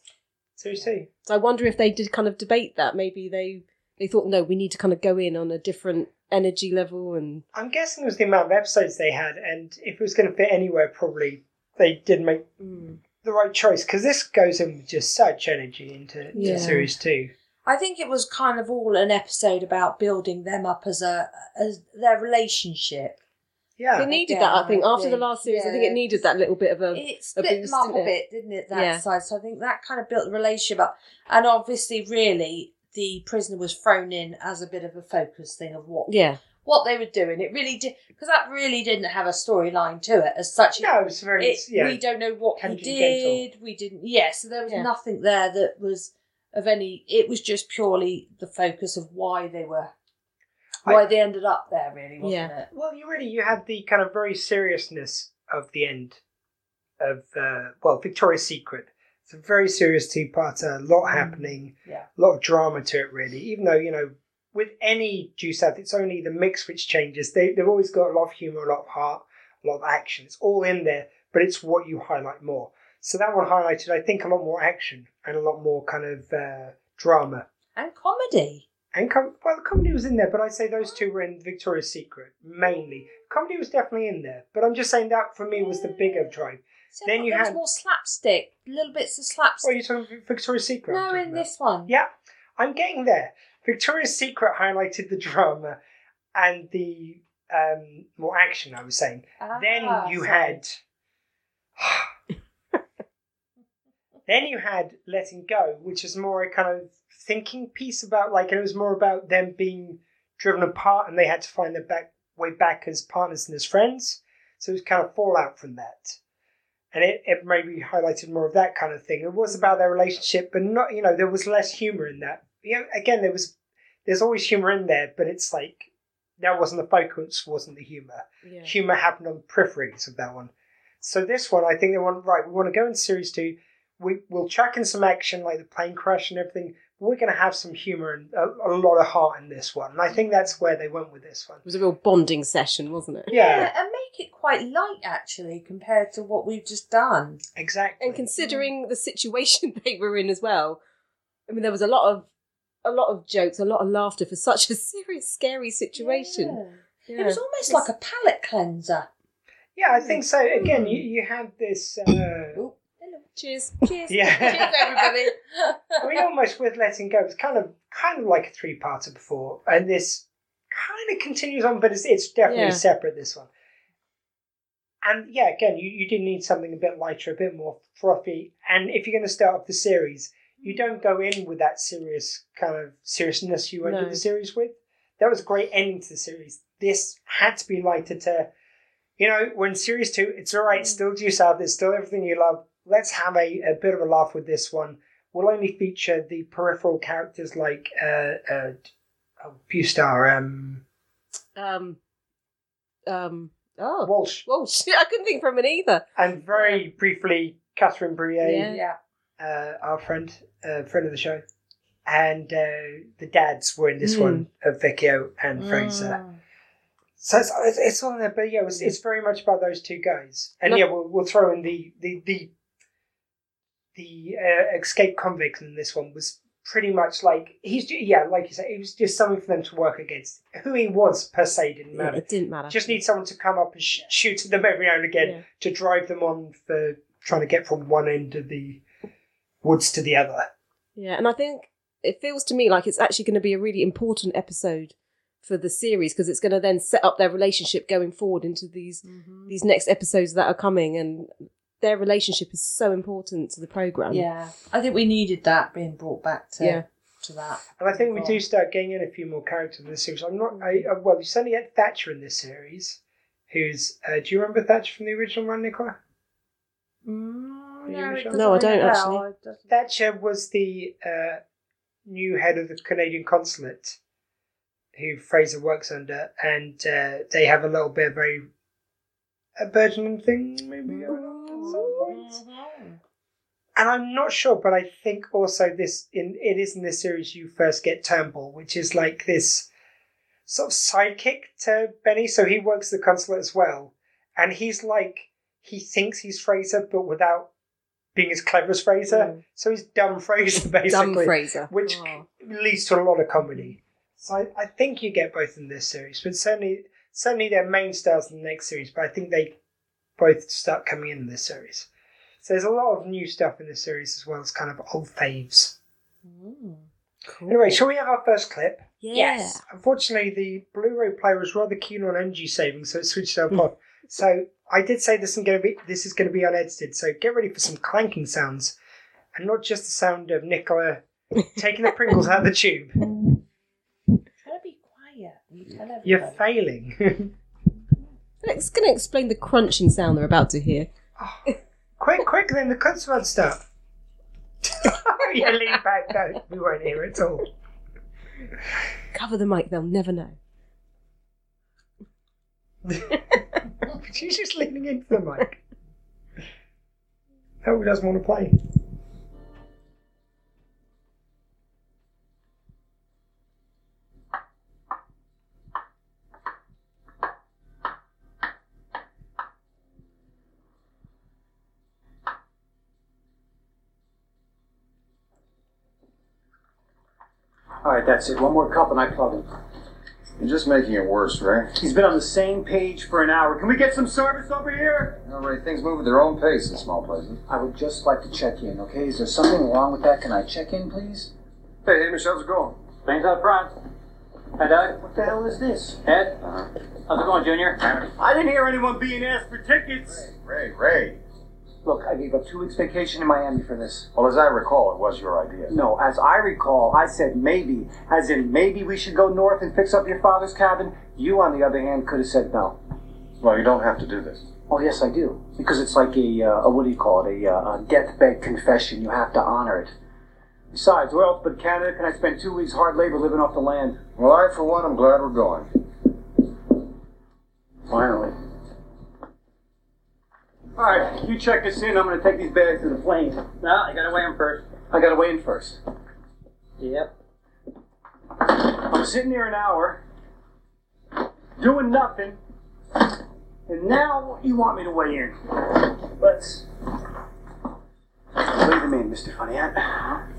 B: series two.
C: So I wonder if they did kind of debate that. Maybe they they thought, no, we need to kind of go in on a different energy level and
B: I'm guessing it was the amount of episodes they had, and if it was going to fit anywhere, probably they did make
D: Hmm.
B: the right choice because this goes in with just such energy into to
D: Yeah.
B: series two.
D: I think it was kind of all an episode about building them up as a as their relationship.
B: Yeah,
C: they needed
D: Yeah,
C: that. I
D: I
C: think after the
D: think,
C: last series, I think
D: yeah.
C: it needed that little bit of a,
D: It
C: a
D: split
C: boost.
D: them up a
C: didn't it?
D: bit, didn't it? That
C: Yeah.
D: side. So I think that kind of built the relationship up. And obviously, really, the prisoner was thrown in as a bit of a focus thing of what
C: Yeah,
D: what they were doing. It really did because that really didn't have a storyline to it as such.
B: No, it's very
D: It-
B: yeah.
D: we don't know what he
B: Tangent
D: did. We didn't. Yeah, so there was
C: Yeah.
D: nothing there that was of any. It was just purely the focus of why they were,
B: I-
D: why they ended up there. Really, wasn't
C: Yeah.
D: it?
B: Well, you really you had the kind of very seriousness of the end of uh, well Victoria's Secret. It's a very serious two-parter, a lot happening,
D: Yeah.
B: a lot of drama to it. Really, even though you know with any juice out, it's only the mix which changes. They they've always got a lot of humor, a lot of heart, a lot of action. It's all in there, but it's what you highlight more. So that one highlighted, I think, a lot more action and a lot more kind of uh, drama.
D: And comedy.
B: And com- well, the comedy was in there, but I'd say those two were in Victoria's Secret mainly. Comedy was definitely in there, but I'm just saying that for me was the bigger drive.
D: So
B: Then
D: there
B: you
D: was
B: had-
D: more slapstick, little bits of
B: What are
D: slapstick.
B: you talking about? Victoria's Secret? I'm
D: no,
B: talking
D: in
B: about.
D: this one.
B: Yeah, I'm getting there. Victoria's Secret highlighted the drama and the um, more action. I was saying.
D: Ah,
B: then you
D: so-
B: had. then you had letting go, which is more a kind of thinking piece about like, and it was more about them being driven apart, and they had to find their back way back as partners and as friends. So it was kind of fallout from that. And it, it maybe highlighted more of that kind of thing. It was about their relationship, but not you know there was less humor in that. You know, again there was there's always humor in there, but it's like that wasn't the focus, wasn't the humor
C: yeah.
B: humor happened on the peripheries of that one. So this one, I think they want right. We want to go in series two. We we'll chuck in some action like the plane crash and everything. We're going to have some humor and a, a lot of heart in this one, and I think that's where they went with this one.
C: it was a real bonding session, wasn't it?
B: Yeah,
D: and make it quite light actually compared to what we've just done.
B: exactly.
C: And considering the situation they were in as well, I mean, there was a lot of a lot of jokes, a lot of laughter for such a serious, scary situation.
D: Yeah. It was almost like a palate cleanser.
B: yeah, I think so. Again, you, you had this. Uh,
D: Oh, hello.
C: cheers.
D: Cheers.
B: Yeah.
D: Cheers, everybody.
B: I mean, almost with letting go, it's kind of kind of like a three-parter before, and this kind of continues on, but it's it's definitely
C: Yeah.
B: separate. This one, and yeah, again, you you do need something a bit lighter, a bit more frothy, and if you're going to start up the series, you don't go in with that serious kind of seriousness you ended
C: No.
B: the series with. That was a great ending to the series. This had to be lighter to, you know, when series two, it's all right, it's still juice out, it's still everything you love. Let's have a, a bit of a laugh with this one will only feature the peripheral characters like uh, uh, oh, Bustar, um,
C: Um, um, oh,
B: Walsh,
C: well, shit, I couldn't think for a minute either.
B: and very briefly Catherine Brouillet,
D: Yeah. Yeah.
B: uh, our friend, uh, friend of the show, and uh, the dads were in this
D: Mm.
B: one of Vecchio and
D: Hmm.
B: Fraser. So it's, it's, it's on there, but yeah, it's, it's very much about those two guys. And
C: No-
B: yeah, we'll, we'll throw in the the the, the uh, escape convict in this one was pretty much like he's ju- yeah, like you said, it was just something for them to work against. Who he was per se didn't
C: Yeah,
B: matter.
C: it didn't matter.
B: Just need someone to come up and sh- shoot at them every now and again
C: Yeah.
B: to drive them on for trying to get from one end of the woods to the other.
C: Yeah, and I think it feels to me like it's actually going to be a really important episode for the series because it's going to then set up their relationship going forward into these
D: Mm-hmm.
C: these next episodes that are coming, and their relationship is so important to the program.
D: yeah. I think we needed that being brought back to
C: Yeah.
D: to that.
B: And I think we do start getting in a few more characters in this series. I'm not. I, I, well, you certainly had Thatcher in this series, who's. Uh, do you remember Thatcher from the original one, Nicola?
D: Mm, no, it
B: sure?
D: doesn't
C: No, I don't
D: ring a bell.
C: actually.
D: It doesn't-
B: Thatcher was the uh, new head of the Canadian consulate, who Fraser works under, and uh, they have a little bit of a, a burgeoning thing, maybe. going on at some
D: Mm.
B: point.
D: Mm-hmm.
B: and I'm not sure, but I think also this in it is in this series you first get Turnbull, which is like this sort of sidekick to Benny. So he works the consulate as well, and he's like he thinks he's Fraser, but without being as clever as Fraser. So he's dumb Fraser basically,
C: Dumb Fraser.
B: which
D: Oh.
B: leads to a lot of comedy. So I, I think you get both in this series, but certainly certainly they're main stars in the next series. But I think they both start coming in this series. So there's a lot of new stuff in this series as well as kind of old faves. Anyway, shall we have our first clip?
C: Yeah.
D: Yes.
B: Unfortunately, the Blu-ray player was rather keen on energy saving, so it switched itself off. So I did say this is going to be this is going to be unedited. So get ready for some clanking sounds, and not just the sound of Nicola taking the Pringles out of the tube.
D: Try to be quiet. You tell everybody.
B: You're failing.
C: It's going to explain the crunching sound they're about to hear.
B: quick, quick! Then the clip's about to start. you lean back. No, we won't hear it at all.
C: Cover the mic; they'll never know.
B: She's just leaning into the mic. Hope he doesn't want to play.
K: All right, that's it. One more cup and I plug him.
J: You're just making it worse, Ray.
K: He's been on the same page for an hour. Can we get some service over here?
J: You know, Ray, things move at their own pace in small places.
K: I would just like to check in, okay? Is there something wrong with that? Can I check in, please?
J: Hey, Hamish, how's it going?
K: Things out front. Hi, Doug. What the hell is this? Ed? How's it going, Junior? I didn't hear anyone being asked for tickets.
J: Ray, Ray.
K: Look, I gave up two weeks vacation in Miami for this.
J: Well, as I recall, it was your idea.
K: No, as I recall, I said maybe, as in maybe we should go north and fix up your father's cabin. You, on the other hand, could have said no.
J: Well, you don't have to do this.
K: Oh yes, I do. Because it's like a, uh, a what do you call it? A, uh, a deathbed confession. You have to honor it. Besides, where else but Canada can I spend two weeks hard labor living off the land?
J: Well, I, for one, am glad we're going.
K: Finally. All right, you check this in. I'm going to take these bags to the plane. No, I got to weigh them first. I got to weigh in first. Yep. I'm sitting here an hour, doing nothing, and now you want me to weigh in. Let's. Leave them in, Mr. Funnyat.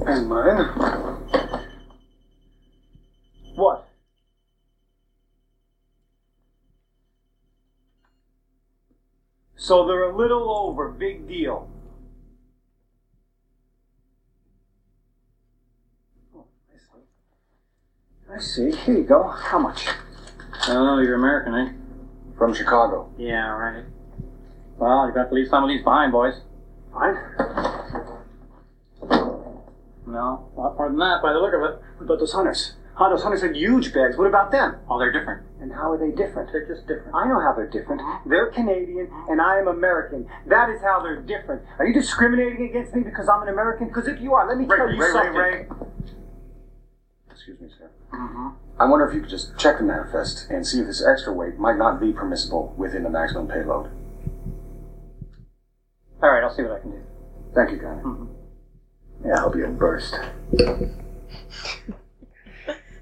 K: And mine. What? So they're a little over. Big deal. Oh, I see. I see. Here you go. How much? Oh, you're American, eh?
J: From Chicago.
K: Yeah, right. Well, you're going to have to leave some of these behind, boys. Fine. No, a lot more than that by the look of it. What about those hunters? Oh, those hunters had huge bags. What about them? Oh, they're different. And how are they different? They're just different. I know how they're different. They're Canadian, and I am American. That is how they're different. Are you discriminating against me because I'm an American? Because if you are, let me
J: Ray,
K: tell
J: Ray,
K: you
J: Ray,
K: something.
J: Ray. Excuse me, sir.
D: Mm-hmm.
J: I wonder if you could just check the manifest and see if this extra weight might not be permissible within the maximum payload.
K: All right, I'll see what I can do.
J: Thank you, Connie.
D: Mm-hmm.
J: Yeah, I hope you don't burst.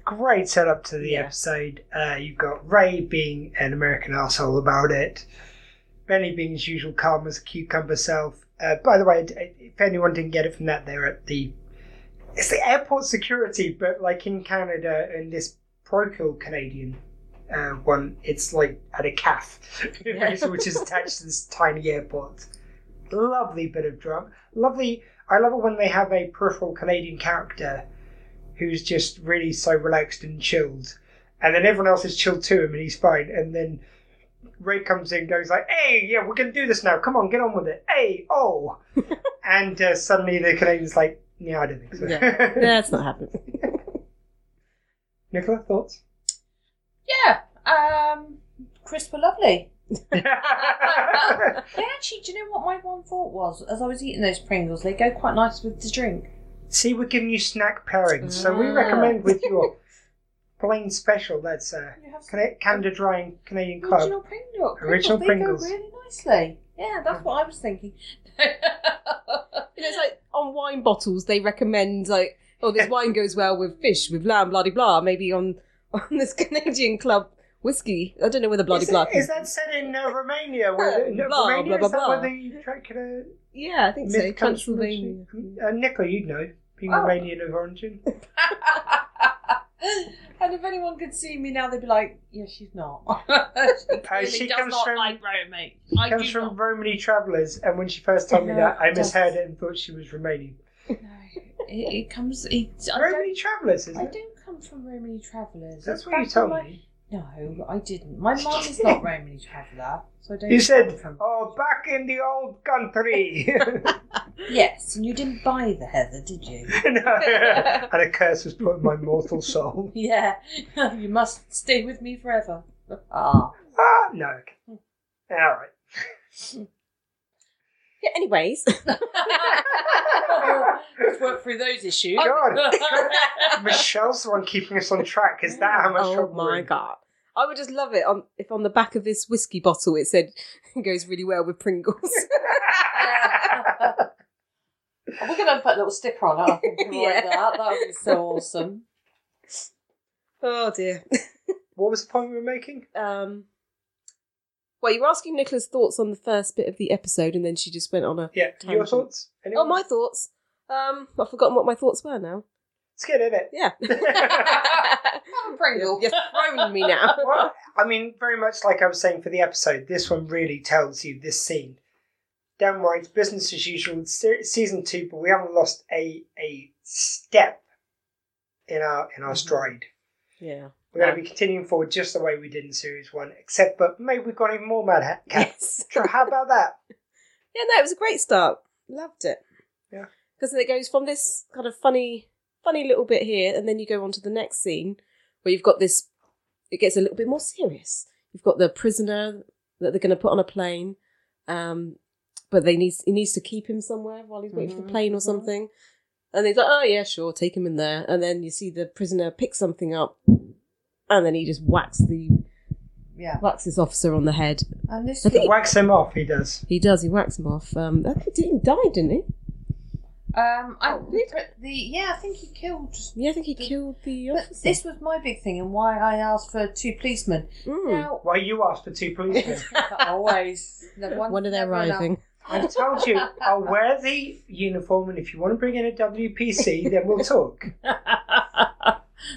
B: great setup to the episode. Uh, you've got Ray being an American asshole about it, Benny being his usual calm as a cucumber self. Uh, by the way, d- if anyone didn't get it from that, they're at the it's the airport security, but like in Canada and this Procool Canadian uh, one, it's like at a CAF, you know, so which is attached to this tiny airport. Lovely bit of drama. Lovely. I love it when they have a peripheral Canadian character who's just really so relaxed and chilled. And then everyone else is chilled to him and he's fine. And then Ray comes in goes like, hey, yeah, we can do this now. Come on, get on with it. Hey, oh. and uh, suddenly the Canadian's like, yeah, I don't think so.
C: Yeah. That's not happening.
B: Nicola, thoughts?
D: Yeah. Um, crisp and lovely. they actually, do you know what my one thought was? As I was eating those Pringles, they go quite nice with the drink.
B: See, we're giving you snack pairings, so
C: Ah.
B: we recommend with your plain special that's uh, Cana- Canada Dry and Canadian Club.
D: Original Pringle.
B: Original
D: Pringles,
B: Pringles.
D: They go really nicely. Yeah, that's what I was thinking.
C: You know, it's like on wine bottles they recommend like, oh, this wine goes well with fish, with lamb, blah de blah. Maybe on on this Canadian club whiskey. I don't know where the bloody
B: is,
C: blah.
B: it- is that set in uh, Romania? Where,
C: Yeah,
B: no,
C: blah,
B: Romania
C: blah,
B: is that
C: blah,
B: where
C: blah.
B: the Dracula
C: yeah, I think so.
B: myth comes from,
C: Transylvania.
B: actually? Uh, Nicola, you'd know, being
D: Oh.
B: Romanian of origin.
D: And if anyone could see me now, they'd be like, yeah, she's not.
B: Uh,
D: Really
B: she
D: does
B: comes
D: not
B: from
D: like Romany. I
B: comes
D: do
B: from Romany Travellers, and when she first told me
D: No,
B: that, I
D: it does.
B: misheard it and thought she was Romanian.
D: It, it comes. It, I
B: Romany Travellers,
D: don't,
B: is
D: I
B: it?
D: don't come from Romany Travellers.
B: That's
D: It's
B: what you
D: back
B: told
D: in my-
B: me.
D: No, I didn't. My mum is not Romany Traveller, so I don't.
B: You said, "Oh, back in the old country."
D: yes, and you didn't buy the heather, did you?
B: No. and a curse was put in my mortal soul.
D: Yeah, you must stay with me forever. Ah,
B: ah, no. All right.
C: Yeah, anyways.
D: Let's work through those issues.
B: God, Michelle's the one keeping us on track. Is that how much
C: Oh
B: trouble we're
C: my
B: in?
C: god. I would just love it on if on the back of this whiskey bottle it said it goes really well with Pringles.
D: We're going to put a little sticker on it. I think, and write
C: Yeah.
D: that. that would be so awesome.
C: oh dear.
B: What was the point we were making?
C: Um well, you were asking Nicola's thoughts on the first bit of the episode, and then she just went on a
B: Yeah, your
C: tangent.
B: thoughts?
C: Oh, my thoughts. Um, I've forgotten what my thoughts were now.
B: It's good, isn't it?
C: Yeah,
D: Have a Pringle.
C: you've thrown me now.
B: well, I mean, very much like I was saying for the episode, this one really tells you this scene. Damn right, it's business as usual. It's se- season two, but we haven't lost a a step in our in our stride.
C: Yeah.
B: We're going to be continuing forward just the way we did in series one, except but maybe we've got even more mad hat.
C: Yes.
B: So how about that?
C: Yeah, no, it was a great start. Loved it.
B: Yeah.
C: Because it goes from this kind of funny, funny little bit here, and then you go on to the next scene where you've got this. It gets a little bit more serious. You've got the prisoner that they're going to put on a plane, um, but they needs he needs to keep him somewhere while he's waiting for the plane or something. And he's like, "Oh yeah, sure, take him in there." And then you see the prisoner pick something up, and then he just whacks the
D: Yeah.
C: whacks this officer on the head.
D: And this
C: I think
B: Wax him off, he does.
C: he does. He whacks him off. Um, I think he died, didn't he?
D: Um, I, the, yeah, I think he killed.
C: Yeah, I think he killed the
D: But
C: officer.
D: this was my big thing, and why I asked for two policemen.
C: Mm.
D: Now,
B: Why you asked for two policemen?
D: always the one,
C: When are they
D: never enough.
C: arriving?
B: I've told you, I'll wear the uniform, and if you want to bring in a WPC, then we'll talk.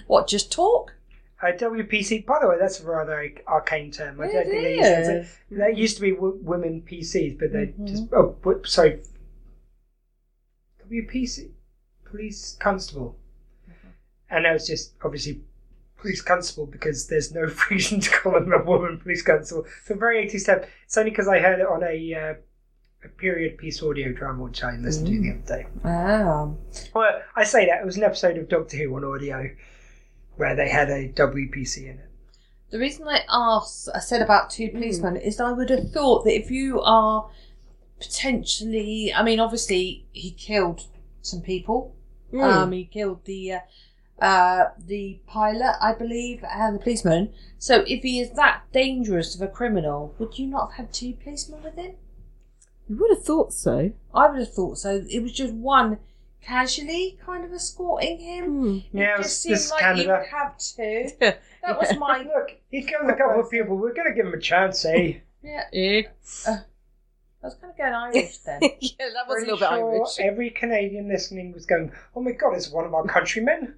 D: What? Just talk?
B: Uh, WPC, by the way, that's a rather arcane term. I don't
D: It
B: think they use that.
D: is. Mm-hmm.
B: There used to be w- women PCs, but they just. Oh, w- sorry. WPC? Police Constable.
D: Mm-hmm.
B: And now it's just obviously Police Constable because there's no reason to call them a woman Police Constable. So very 80s step. It's only because I heard it on a, uh, a period piece audio drama which I listened to the
D: Mm.
B: other day.
D: Wow.
B: Well, I say that. It was an episode of Doctor Who on audio where they had a WPC in it.
D: The reason I asked, I said about two policemen, is I would have thought that if you are potentially, I mean, obviously he killed some people. Um, he killed the uh, uh, the pilot, I believe, and the policeman. So if he is that dangerous of a criminal, would you not have had two policemen with him?
C: You would have thought so.
D: I would have thought so. It was just one casually kind of escorting him.
C: Hmm.
B: Yeah,
D: it
B: it's-
D: just
B: this
D: seemed like
B: Canada.
D: you'd have two. That was my
B: look. He's killed a couple of people. We're going to give him a chance, eh?
D: Yeah,
C: Yeah.
D: I was kind of going Irish then.
C: yeah, that
D: was a little bit Irish.
B: Every Canadian listening was going, "Oh my god, it's one of our countrymen."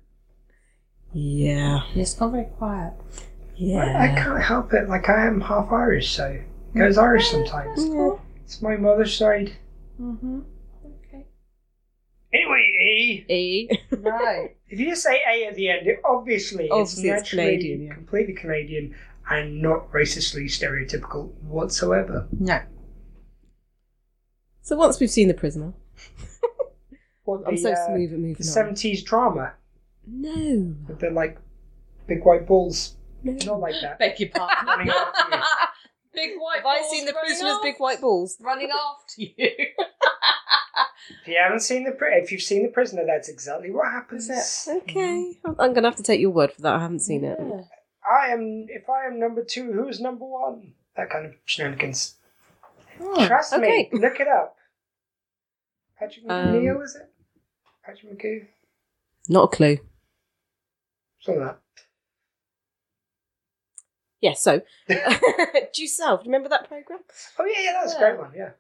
C: Yeah.
D: It's gone very quiet.
B: I, I can't help it. Like I am half Irish, so it goes Irish sometimes. It's my mother's side.
D: Mm-hmm.
B: Anyway,
C: E. E.
D: Right.
B: If you say A at the end, it obviously,
C: Obviously
B: it's
C: it's
B: naturally
C: Canadian, yeah.
B: completely Canadian and not racistly stereotypical whatsoever.
D: No.
C: So once we've seen the prisoner,
B: What
C: I'm
B: the,
C: so
B: uh,
C: smooth at moving
B: The
C: on.
B: seventies drama
C: No.
B: with the like big white balls. Not like that.
D: Beg your pardon. big white.
C: Have I
D: balls
C: seen the
D: running
C: prisoner's
D: off-
C: big white balls?
D: running after you?
B: If you haven't seen the pri- if you've seen the prisoner, that's exactly what happens.
C: Okay. I'm going to have to take your word for that. I haven't seen it.
B: I am if I am number two, who's number one? That kind of shenanigans. Trust
C: Oh. okay.
B: me, look it up. Patrick
C: Um,
B: McNeil is it? Patrick McGee?
C: Not a clue.
B: Something like that.
C: Yeah, so Duself, remember that program?
B: Oh yeah, yeah, that was a great one. Yeah.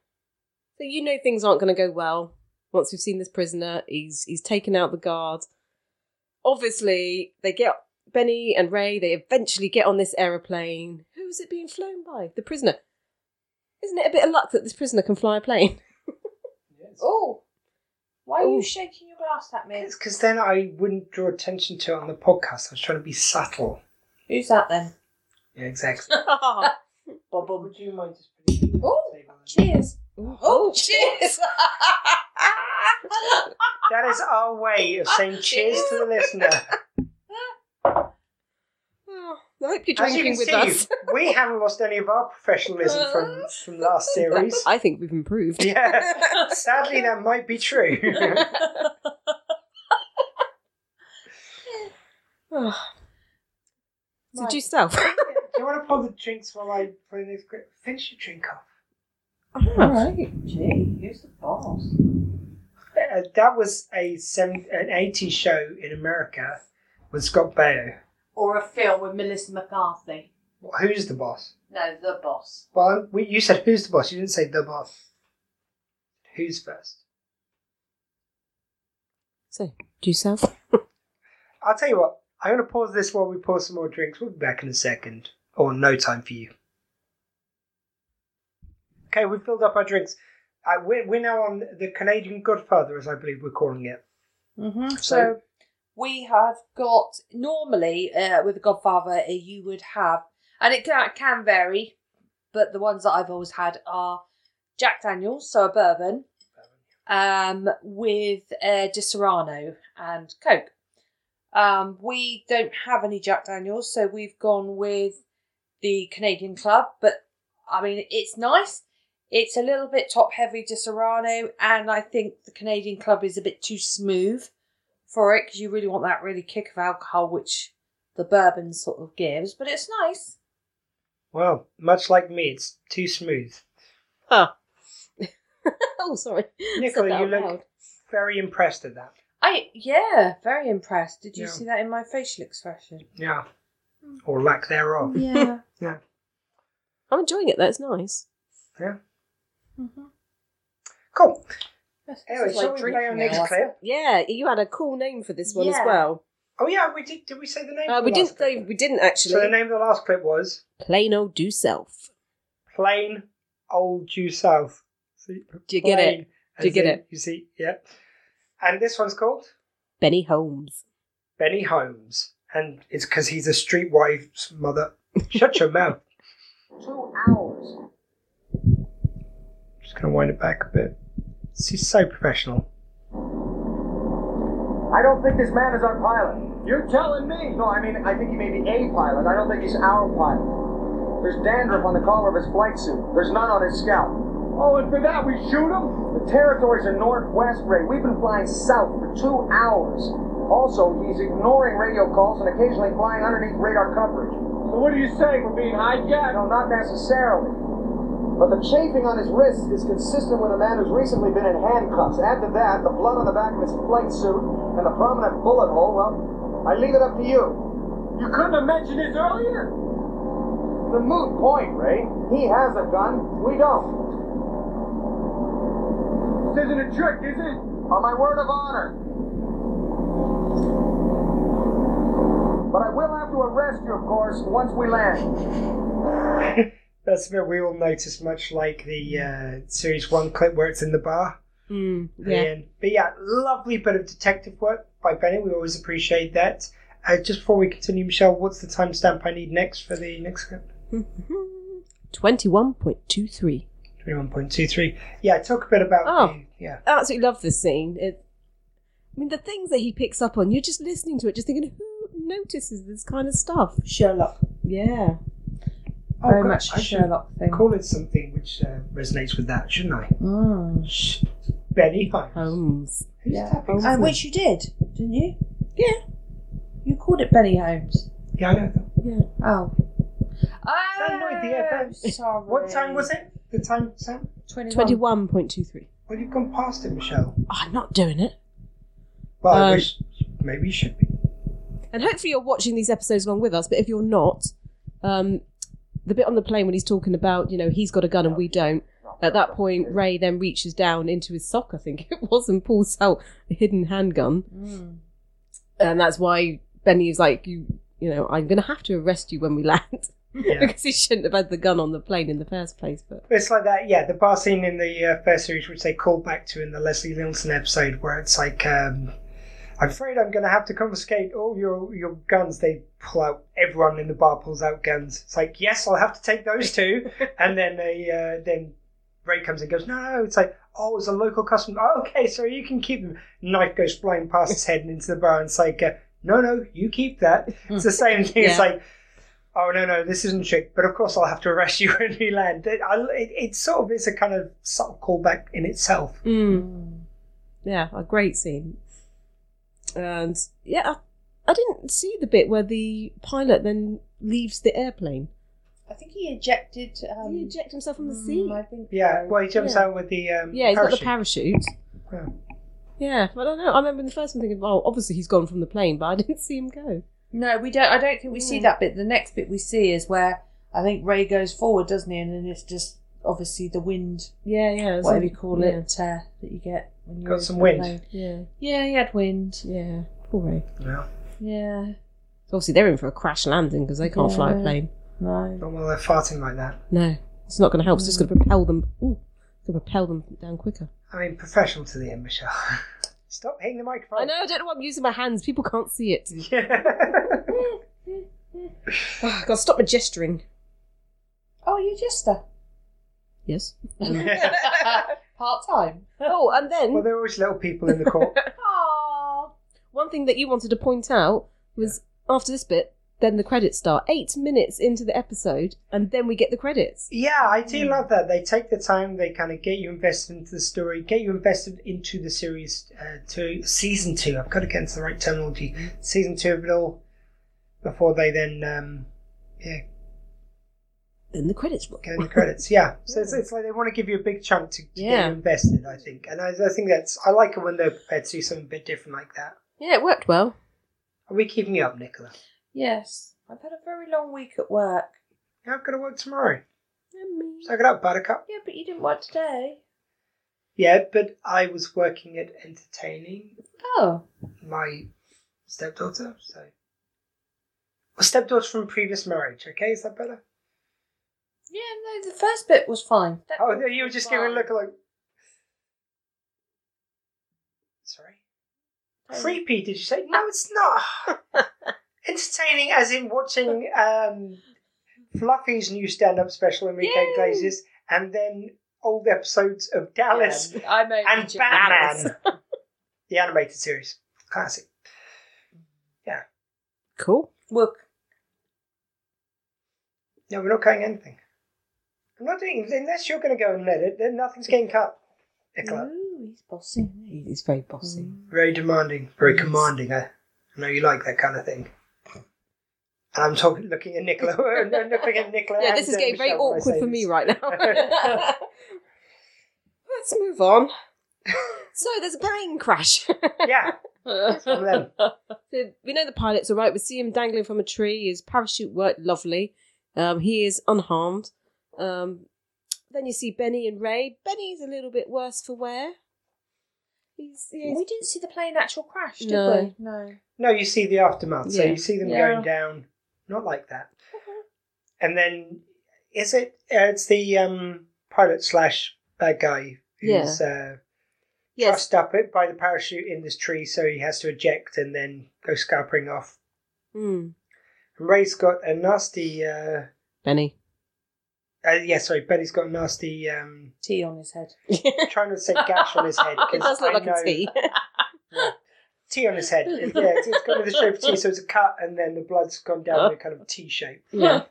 C: So you know things aren't going to go well once we've seen this prisoner. He's he's taken out the guard. Obviously, they get Benny and Ray. They eventually get on this aeroplane. Who's it being flown by? The prisoner. Isn't it a bit of luck that this prisoner can fly a plane?
D: Oh, why are
C: Ooh.
D: you shaking your glass at me?
B: It's because then I wouldn't draw attention to it on the podcast. I was trying to be subtle.
D: Who's that then?
B: Yeah, exactly.
D: Bob, Bob.
B: Would you mind just putting it
D: Oh, cheers. Oh, cheers.
B: That is our way of saying cheers to the listener.
C: Oh, I hope you're
B: As you
C: drinking
B: can
C: with
B: see,
C: us.
B: we haven't lost any of our professionalism from, from last series.
C: I think we've improved.
B: Yeah, sadly, that might be true.
C: Oh. So
B: Right.
C: Duself.
B: Do you want to pour the drinks while I play this? quick- Finish your drink off.
D: All right. Gee, who's the boss?
B: Uh, that was a seven, an 80s show in America with Scott Baio.
D: Or a film with Melissa McCarthy.
B: Who's the boss?
D: No, the boss.
B: Well, um, we, you said who's the boss. You didn't say the boss. Who's first?
C: So Duself.
B: I'll tell you what. I'm going to pause this while we pour some more drinks. We'll be back in a second. Or no time for you. Okay, we've filled up our drinks. Uh, we're, we're now on the Canadian Godfather, as I believe we're calling it.
D: Mm-hmm. So,
B: So-
D: we have got normally uh, with the Godfather, uh, you would have, and it can, can vary, but the ones that I've always had are Jack Daniels, so a bourbon, um, with uh, Di Serrano and Coke. Um, we don't have any Jack Daniels, so we've gone with the Canadian Club. But I mean, it's nice. It's a little bit top heavy Di Serrano, and I think the Canadian Club is a bit too smooth for it because you really want that really kick of alcohol, which the bourbon sort of gives. But it's nice.
B: Well, much like me, it's too smooth.
C: oh, sorry. Said
B: Nicola,
C: that
B: you
C: out
B: look
C: loud.
B: very impressed at that.
D: I yeah, very impressed. Did you
B: Yeah.
D: see that in my facial expression?
B: Yeah.
D: Hmm.
B: Or lack thereof.
D: Yeah.
B: Yeah.
C: I'm enjoying it. That's nice.
B: Yeah.
D: mm-hmm.
B: Cool.
D: This
B: Anyway,
D: is like
B: shall we play our
D: drinking
B: next
D: now.
B: clip?
C: Yeah, you had a cool name for this one
D: Yeah.
C: as well.
B: Oh yeah, we did. Did we say the name?
C: Uh,
B: of the
C: we
B: last
C: didn't.
B: clip?
C: They, we didn't actually.
B: So the name of the last clip was
C: Plain old do self.
B: "Plain Old Due South." See,
C: Do you get
B: plain,
C: it? Do you
B: as
C: get
B: in,
C: it?
B: You see, yeah. And this one's called
C: Benny Holmes.
B: Benny Holmes, and it's because he's a streetwife's mother. Shut your mouth.
D: Two hours.
B: Just gonna wind it back a bit. She's so professional.
J: I don't think this man is our pilot. You're telling me? No, I mean, I think he may be a pilot. I don't think he's our pilot. There's dandruff on the collar of his flight suit. There's none on his scalp. Oh, and for that we shoot him? The territories are northwest, Ray. We've been flying south for two hours. Also, he's ignoring radio calls and occasionally flying underneath radar coverage. So what are you saying? We're being hijacked? No, not necessarily. But the chafing on his wrists is consistent with a man who's recently been in handcuffs. Add to that the blood on the back of his flight suit and the prominent bullet hole. Well, I leave it up to you. You couldn't have mentioned this earlier. The moot point, Ray. He has a gun. We don't. This isn't a trick, is it? On my word of honor. But I will have to arrest you, of course, once we land.
B: That's a bit we all notice, much like the uh, series one clip where it's in the bar.
C: Mm,
B: And, but Oh, yeah, lovely bit of detective work by Bennett. We always appreciate that. Uh, just before we continue, Michelle, what's the timestamp I need next for the next clip?
C: Hmm. 21.23.
B: 21.23. Yeah, talk a bit about
C: Oh,
B: the. Yeah.
C: I absolutely love this scene. It, I mean, the things that he picks up on, you're just listening to it, just thinking, who notices this kind of stuff?
D: Sherlock.
C: Yeah.
D: Oh, Very God, much I should Sherlock thing.
B: Call it something which uh, resonates with that, shouldn't I?
D: Mm.
B: Sh- Benny Holmes.
C: Holmes.
B: Who's tapping?
D: Uh, which you did, didn't you?
C: Yeah.
D: You called it Benny Holmes.
B: Yeah, I know that.
D: Oh.
B: Sam Lloyd, the FM.
D: Sorry.
B: What time was it? The time, Sam?
D: 21.
C: 21.23.
B: Well, you've gone past it, Michelle.
C: Oh, I'm not doing it.
B: Well, I
C: Um,
B: wish. Maybe you should be.
C: And hopefully you're watching these episodes along with us, but if you're not, um, the bit on the plane when he's talking about, you know, he's got a gun and we don't, at that point, Ray then reaches down into his sock, I think it was, and pulls out a hidden handgun.
D: Mm.
C: And that's why Benny is like, you, you know, I'm going to have to arrest you when we land.
B: Yeah.
C: because he shouldn't have had the gun on the plane in the first place, but.
B: It's like that, yeah. The bar scene in the uh, first series, which they called back to in the Leslie Nielsen episode, where it's like, um, "I'm afraid I'm going to have to confiscate all your your guns." They pull out everyone in the bar pulls out guns. It's like, "Yes, I'll have to take those two. and then they uh, then Ray comes and goes, "No, no." It's like, "Oh, it's a local customer. Oh, okay, so you can keep them." Knife goes flying past his head and into the bar, and it's like, uh, "No, no, you keep that." It's the same thing. It's
C: Yeah.
B: like. Oh no no, this isn't trick. But of course, I'll have to arrest you when we land. It, I, it, it sort of is a kind of subtle callback in itself.
C: Mm. Yeah, a great scene. And yeah, I, I didn't see the bit where the pilot then leaves the airplane.
D: I think he ejected. Um,
C: he eject himself from the
D: mm,
C: sea.
D: I think
B: Yeah,
D: so.
B: well, he jumps
C: Yeah.
B: out with the um,
C: yeah, he's got the
B: parachute.
C: parachute.
B: Yeah.
C: Yeah, but I don't know. I remember in the first one thinking, well, obviously he's gone from the plane, but I didn't see him go.
D: No, we don't. I don't think we see that bit. The next bit we see is where I think Ray goes forward, doesn't he? And then it's just obviously the wind,
C: Yeah, yeah. it was
D: whatever
C: like-
D: you call it, uh, that you get when you
B: Got some wind.
C: Yeah,
D: Yeah, he had wind.
C: yeah, yeah. Poor Ray.
B: Yeah.
D: Yeah.
C: So obviously they're in for a crash landing because they can't fly a
D: Yeah.
C: plane.
D: No.
B: Not while they're farting like that.
C: No, it's not going to help. It's just going
D: Mm.
C: to propel them. Ooh, it's going to propel them down quicker.
B: I mean, professional to the end, Michelle. Stop hitting the microphone.
C: I know. I don't know why I'm using my hands. People can't see it.
B: Yeah.
C: Oh, God, stop my gesturing.
D: Oh, you just uh,
C: Yes.
D: part time.
C: Oh,
B: well,
C: and then
B: they're always little people in the court.
D: Aww.
C: one thing that you wanted to point out was after this bit, then the credits start. Eight minutes into the episode, and then we get the credits.
B: yeah, I do love that. They take the time. They kind of get you invested into the story, get you invested into the series uh, two, season two. I've got to get into the right terminology.
C: Mm-hmm.
B: Season two of it all, before they then um, yeah
C: Then the credits roll.
B: get in the credits. Yeah, so it's, it's like they want to give you a big chunk to, to get
C: Yeah.
B: you invested. I think, and I, I think that's I like it when they're prepared to do something a bit different like that.
C: Yeah, it worked well.
B: Are we keeping you up, Nicola?
D: Yes. I've had a very long week at work.
B: Yeah, I've got to work tomorrow. Suck it up, Buttercup.
D: Yeah, but you didn't work today.
B: Yeah, but I was working at entertaining
D: Oh.
B: my stepdaughter. So, well, stepdaughter from previous marriage. Okay, is that better?
D: Yeah, no, the first bit was fine. That
B: Oh, no, you were just giving a look like. Sorry. Creepy? Did you say? No, it's not. Entertaining, as in watching um, Fluffy's new stand-up special, Enrique
D: Yay.
B: Iglesias, and then old episodes of Dallas
D: Yeah, I'm only
B: and
D: joking.
B: Batman, the animated series, classic.
C: Cool.
D: Look.
B: No, we're not cutting anything. I'm not doing unless you're going to go and let it. Then nothing's getting cut. Nicola,
D: Ooh, he's bossy.
C: He's very bossy.
B: very demanding, very commanding. I I know you like that kind of thing. And I'm talking, looking at Nicola. looking at Nicola.
C: yeah,
B: and,
C: this is
B: uh,
C: getting very
B: Michelle when I
C: awkward
B: say
C: for
B: this.
C: me right now. Let's move on. So there's a plane crash.
B: yeah.
C: So we know the pilot's all right. We see him dangling from a tree. His parachute worked lovely. Um, he is unharmed. Um, then you see Benny and Ray. Benny's a little bit worse for wear. He's, he's
D: We didn't see the plane actual crash, did
C: No.
D: we? No.
B: No, you see the aftermath. So
C: Yeah.
B: you see them
C: Yeah.
B: going down, not like that. And then, is it? Uh, it's the um, pilot slash bad guy who's uh, trussed up it by the parachute in this tree, so he has to eject and then go scarpering off.
C: Hmm.
B: And Ray's got a nasty. Uh,
C: Benny.
B: uh, yeah, sorry, Benny's got a nasty. Um,
D: Tea on his head.
B: trying to say gash on his head. 'cause
C: It does look
B: I
C: like a
B: know-
C: T.
B: T on his head. Yeah, it's, it's got the shape of T, so it's a cut, and then the blood's gone down in a kind of T shape.
C: Yeah.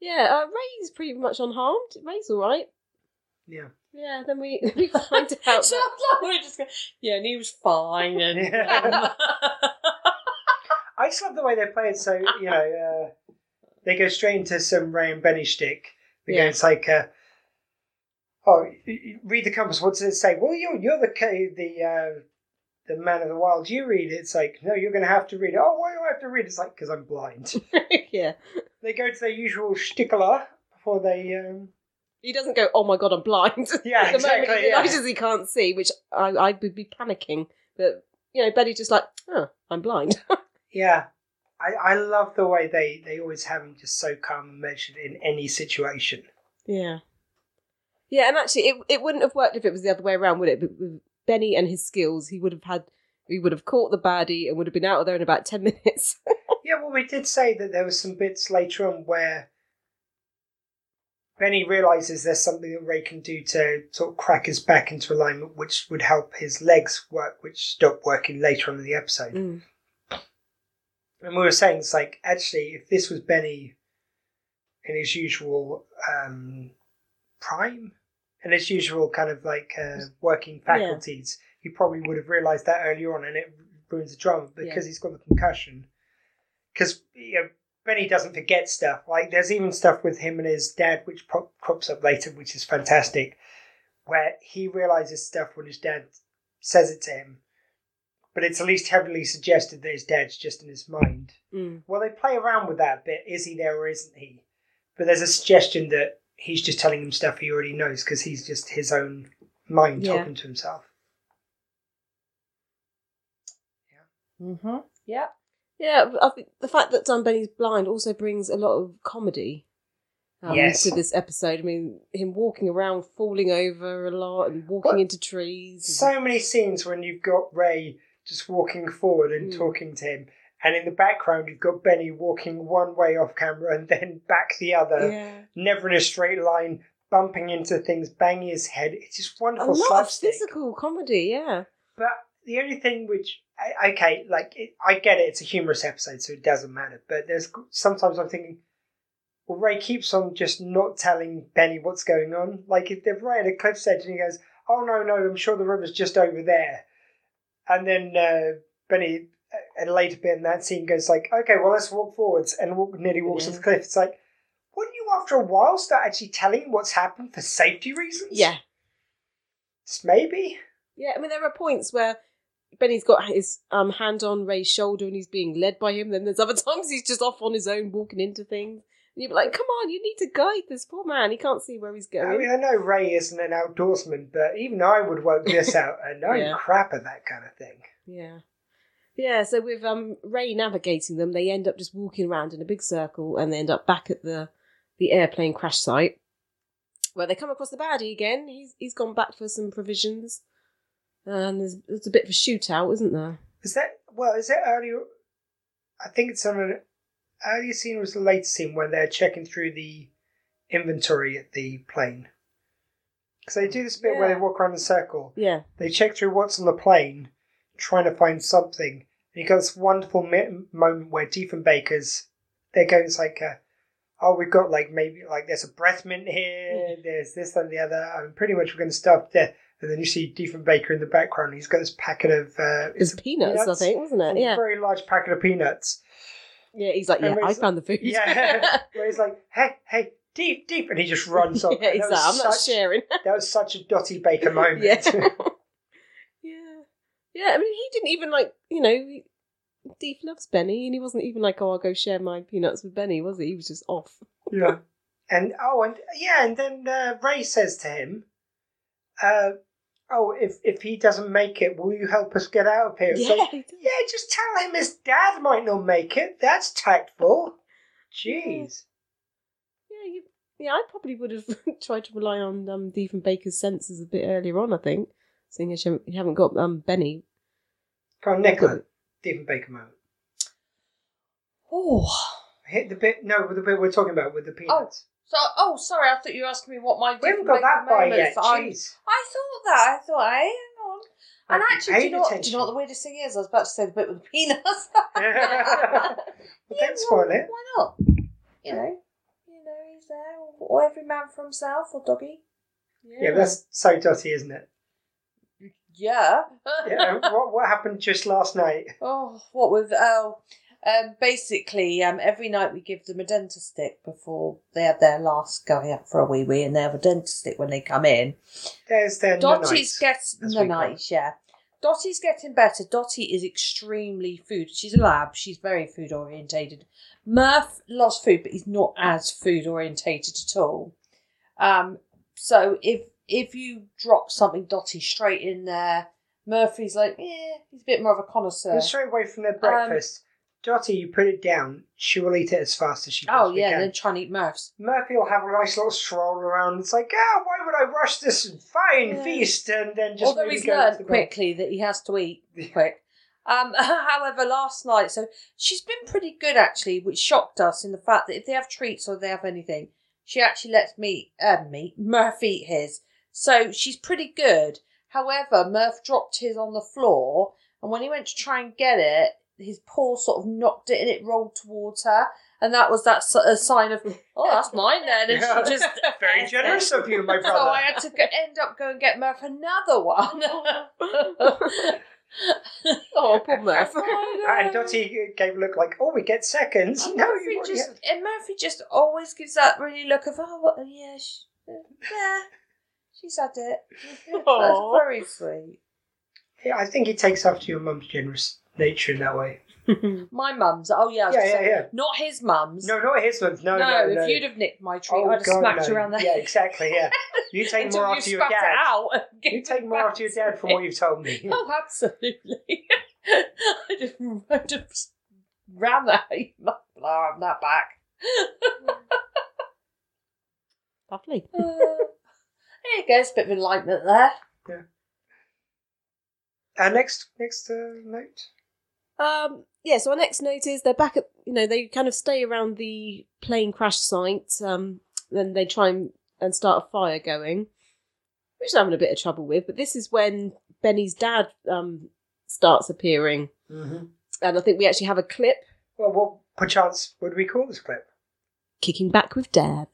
C: yeah, uh, Ray's pretty much unharmed. Ray's all right.
B: Yeah.
C: Yeah, then we, we find out.
D: Sounds like we're just going, yeah, and he was fine. And
B: Oh. I just love the way they play it. So you know, uh, they go straight into some Ray and Benny shtick. Again,
D: Yeah.
B: it's like, uh, oh, y- y- read the compass. What does it say? Well, you you're the ca- the uh, the man of the wild. You read it. It's like, no, you're going to have to read it. Oh, why do I have to read it? It's like because I'm blind.
C: yeah.
B: they go to their usual shtickler before they. Um,
C: He doesn't go, oh my god, I'm blind.
B: Yeah,
C: At the
B: exactly,
C: moment, he
B: yeah.
C: realises he can't see, which I, I would be panicking. But, you know, Benny's just like, oh, I'm blind.
B: yeah. I, I love the way they, they always have him just so calm and measured in any situation.
C: yeah. Yeah, and actually, it, it wouldn't have worked if it was the other way around, would it? But with Benny and his skills, he would have had, he would have caught the baddie and would have been out of there in about 10 minutes.
B: Yeah, well, we did say that there were some bits later on where Benny realizes there's something that Ray can do to sort of crack his back into alignment, which would help his legs work, which stopped working later on in the episode.
C: Mm.
B: And we were saying it's like actually, if this was Benny in his usual um, prime and his usual kind of like uh, working
C: Yeah.
B: faculties, he probably would have realized that earlier on, and it ruins the drama because
C: Yeah.
B: he's got the concussion. Because you know, Benny doesn't forget stuff. Like there's even stuff with him and his dad, which pro- crops up later, which is fantastic, where he realizes stuff when his dad says it to him. But it's at least heavily suggested that his dad's just in his mind.
C: Mm.
B: Well, they play around with that bit. Is he there or isn't he? But there's a suggestion that he's just telling him stuff he already knows because he's just his own mind
D: Yeah.
B: talking to himself.
D: Mm-hmm. Yep.
C: Yeah, I think the fact that Don Benny's blind also brings a lot of comedy um,
B: Yes.
C: to this episode. I mean, him walking around, falling over a lot, and walking into trees.
B: So many scenes when you've got Ray just walking forward and
C: Mm.
B: talking to him, and in the background you've got Benny walking one way off camera and then back the other,
C: Yeah.
B: never in a straight line, bumping into things, banging his head. It's just
C: a
B: wonderful
C: lot of
B: slapstick.
C: physical comedy, yeah.
B: But the only thing which, I- okay, like it, I get it, it's a humorous episode, so it doesn't matter. But there's sometimes I'm thinking, well, Ray keeps on just not telling Benny what's going on. Like if they're right at a cliff's edge and he goes, "Oh no, no, I'm sure the river's just over there," and then uh, Benny uh, at a later bit in that scene goes like, "Okay, well let's walk forwards," and walk nearly walks off the cliff. It's like, wouldn't you after a while start actually telling him what's happened for safety reasons?
C: Yeah.
B: It's maybe.
C: Yeah, I mean, there are points where Benny's got his um, hand on Ray's shoulder and he's being led by him. Then there's other times he's just off on his own, walking into things. And you're like, come on, you need to guide this poor man. He can't see where he's
B: I
C: going.
B: mean, I know Ray isn't an outdoorsman, but even I would work this out, and I'm
C: Yeah.
B: crap at that kind of thing.
C: Yeah. Yeah, so with um, Ray navigating them, they end up just walking around in a big circle and they end up back at the, the airplane crash site where they come across the baddie again. He's he's gone back for some provisions. And there's, there's a bit of a shootout, isn't there?
B: Is that well? Is that earlier? I think it's on an earlier scene, or was the later scene when they're checking through the inventory at the plane. Because they do this bit where they walk around in a circle.
C: Yeah.
B: They check through what's on the plane, trying to find something. And you got this wonderful mi- moment where Diefenbaker's they're going it's like, uh, oh, we've got like maybe like there's a breath mint here, there's this and the other. and pretty much we're going to stop there. And then you see Ethan Baker in the background. He's got this packet of uh,
C: It's peanuts, I think, wasn't it?
B: and
C: Yeah.
B: a very large packet of peanuts.
C: Yeah, he's like,
B: And
C: yeah,
B: where
C: I
B: he's-
C: found the food.
B: Yeah, where he's like, hey, hey, deep, deep, and he just runs off.
C: Yeah, he's
B: That was
C: like, "I'm not sharing.
B: that was such a Dottie Baker moment.
C: Yeah. yeah. Yeah, I mean, he didn't even like, you know, he- Deep loves Benny, and he wasn't even like, oh, I'll go share my peanuts with Benny, was he? He was just off.
B: Yeah. And oh, and yeah, and then uh, Ray says to him, uh, "Oh, if if he doesn't make it, will you help us get out of here?" It's
C: Yeah,
B: like, yeah. Just tell him his dad might not make it. That's tactful. Jeez.
C: Yeah, you, yeah, I probably would have tried to rely on um, Deep and Baker's senses a bit earlier on, I think, seeing as you haven't- you haven't got um, Benny.
B: Come on, Nicola. Stephen Baker moment.
D: Oh,
B: hit the bit. No, with the bit we're talking about with the peanuts.
D: So, oh, sorry, I thought you were asking me what my
B: We haven't
D: different
B: got that
D: big
B: far
D: moments
B: yet,
D: that I,
B: jeez.
D: I thought that. I thought, hey, hang on. And
B: I've
D: actually, do you,
B: paid
D: know what, do you
B: attention.
D: know what the weirdest thing is? I was about to say the bit with the peanuts.
B: Well, don't spoil it.
D: Why not? You know, you know, he's there, or every man for himself, or doggy.
B: Yeah, that's so Dottie, isn't it?
D: yeah.
B: Yeah. what what happened just last night?
D: Oh, what with oh, um, basically, um, every night we give them a dental stick before they have their last going out for a wee wee, and they have a dental stick when they come in.
B: There's their
D: Dottie's
B: nanites,
D: getting
B: as we call
D: the night, yeah. Dottie's getting better. Dottie is extremely food. She's a lab. She's very food orientated. Murph loves food, but he's not as food orientated at all. Um, so if if you drop something Dottie straight in there, Murphy's like, yeah, he's a bit more of a connoisseur.
B: And straight away from
D: Um,
B: their breakfast, Dottie, you put it down, she will eat it as fast as she
D: Oh
B: possibly
D: yeah,
B: can.
D: and then try and eat Murph's.
B: Murphy will have a nice little stroll around. It's like, ah, why would I rush this fine
D: Yeah.
B: feast and then just
D: Although
B: maybe
D: he's
B: go to
D: learned
B: the-
D: quickly that he has to eat quick. Um, however, last night, so she's been pretty good actually, which shocked us in the fact that if they have treats or they have anything, she actually lets me, uh, me, Murph eat his. So she's pretty good. However, Murph dropped his on the floor, and when he went to try and get it, his paw sort of knocked it and it rolled towards her. And that was that s- a sign of, oh, that's mine then. And
B: Yeah.
D: she just
B: Very generous of you, my
D: so
B: brother.
D: Oh, I had to go, end up go and get Murph another one. oh, poor Murph.
B: and Dottie gave a look like, oh, we get seconds.
D: And
B: no,
D: Murphy
B: you
D: just and Murphy just always gives that really look of oh what, yeah, she, yeah, she's had it.
B: Aw.
D: That's very sweet.
B: yeah, I think he takes after your mum's generous nature in that way.
D: My mum's. Oh yeah, I was
B: Yeah,
D: just
B: yeah,
D: saying,
B: yeah.
D: Not his mum's.
B: No, not his mum. No,
D: No,
B: no,
D: if
B: no. Oh,
D: you'd have nicked my treat, I'd have smacked
B: no.
D: you around the
B: Yeah, exactly. Yeah, you take
D: Until
B: more
D: you
B: after your
D: spat it
B: dad.
D: out and
B: you take more after your dad from what you've told me.
D: Oh, absolutely. I just, I just ran that. Blah, I'm that back.
C: Lovely.
D: Uh, there you go. It's a bit of enlightenment there.
B: Uh, next, next uh, note.
C: Um, yeah, so our next note is they're back at, you know, they kind of stay around the plane crash site. Um, then they try and, and start a fire going, which I'm having a bit of trouble with. But this is when Benny's dad um, starts appearing. And I think we actually have a clip
B: Well, what perchance would we call this clip?
C: kicking back with Dad.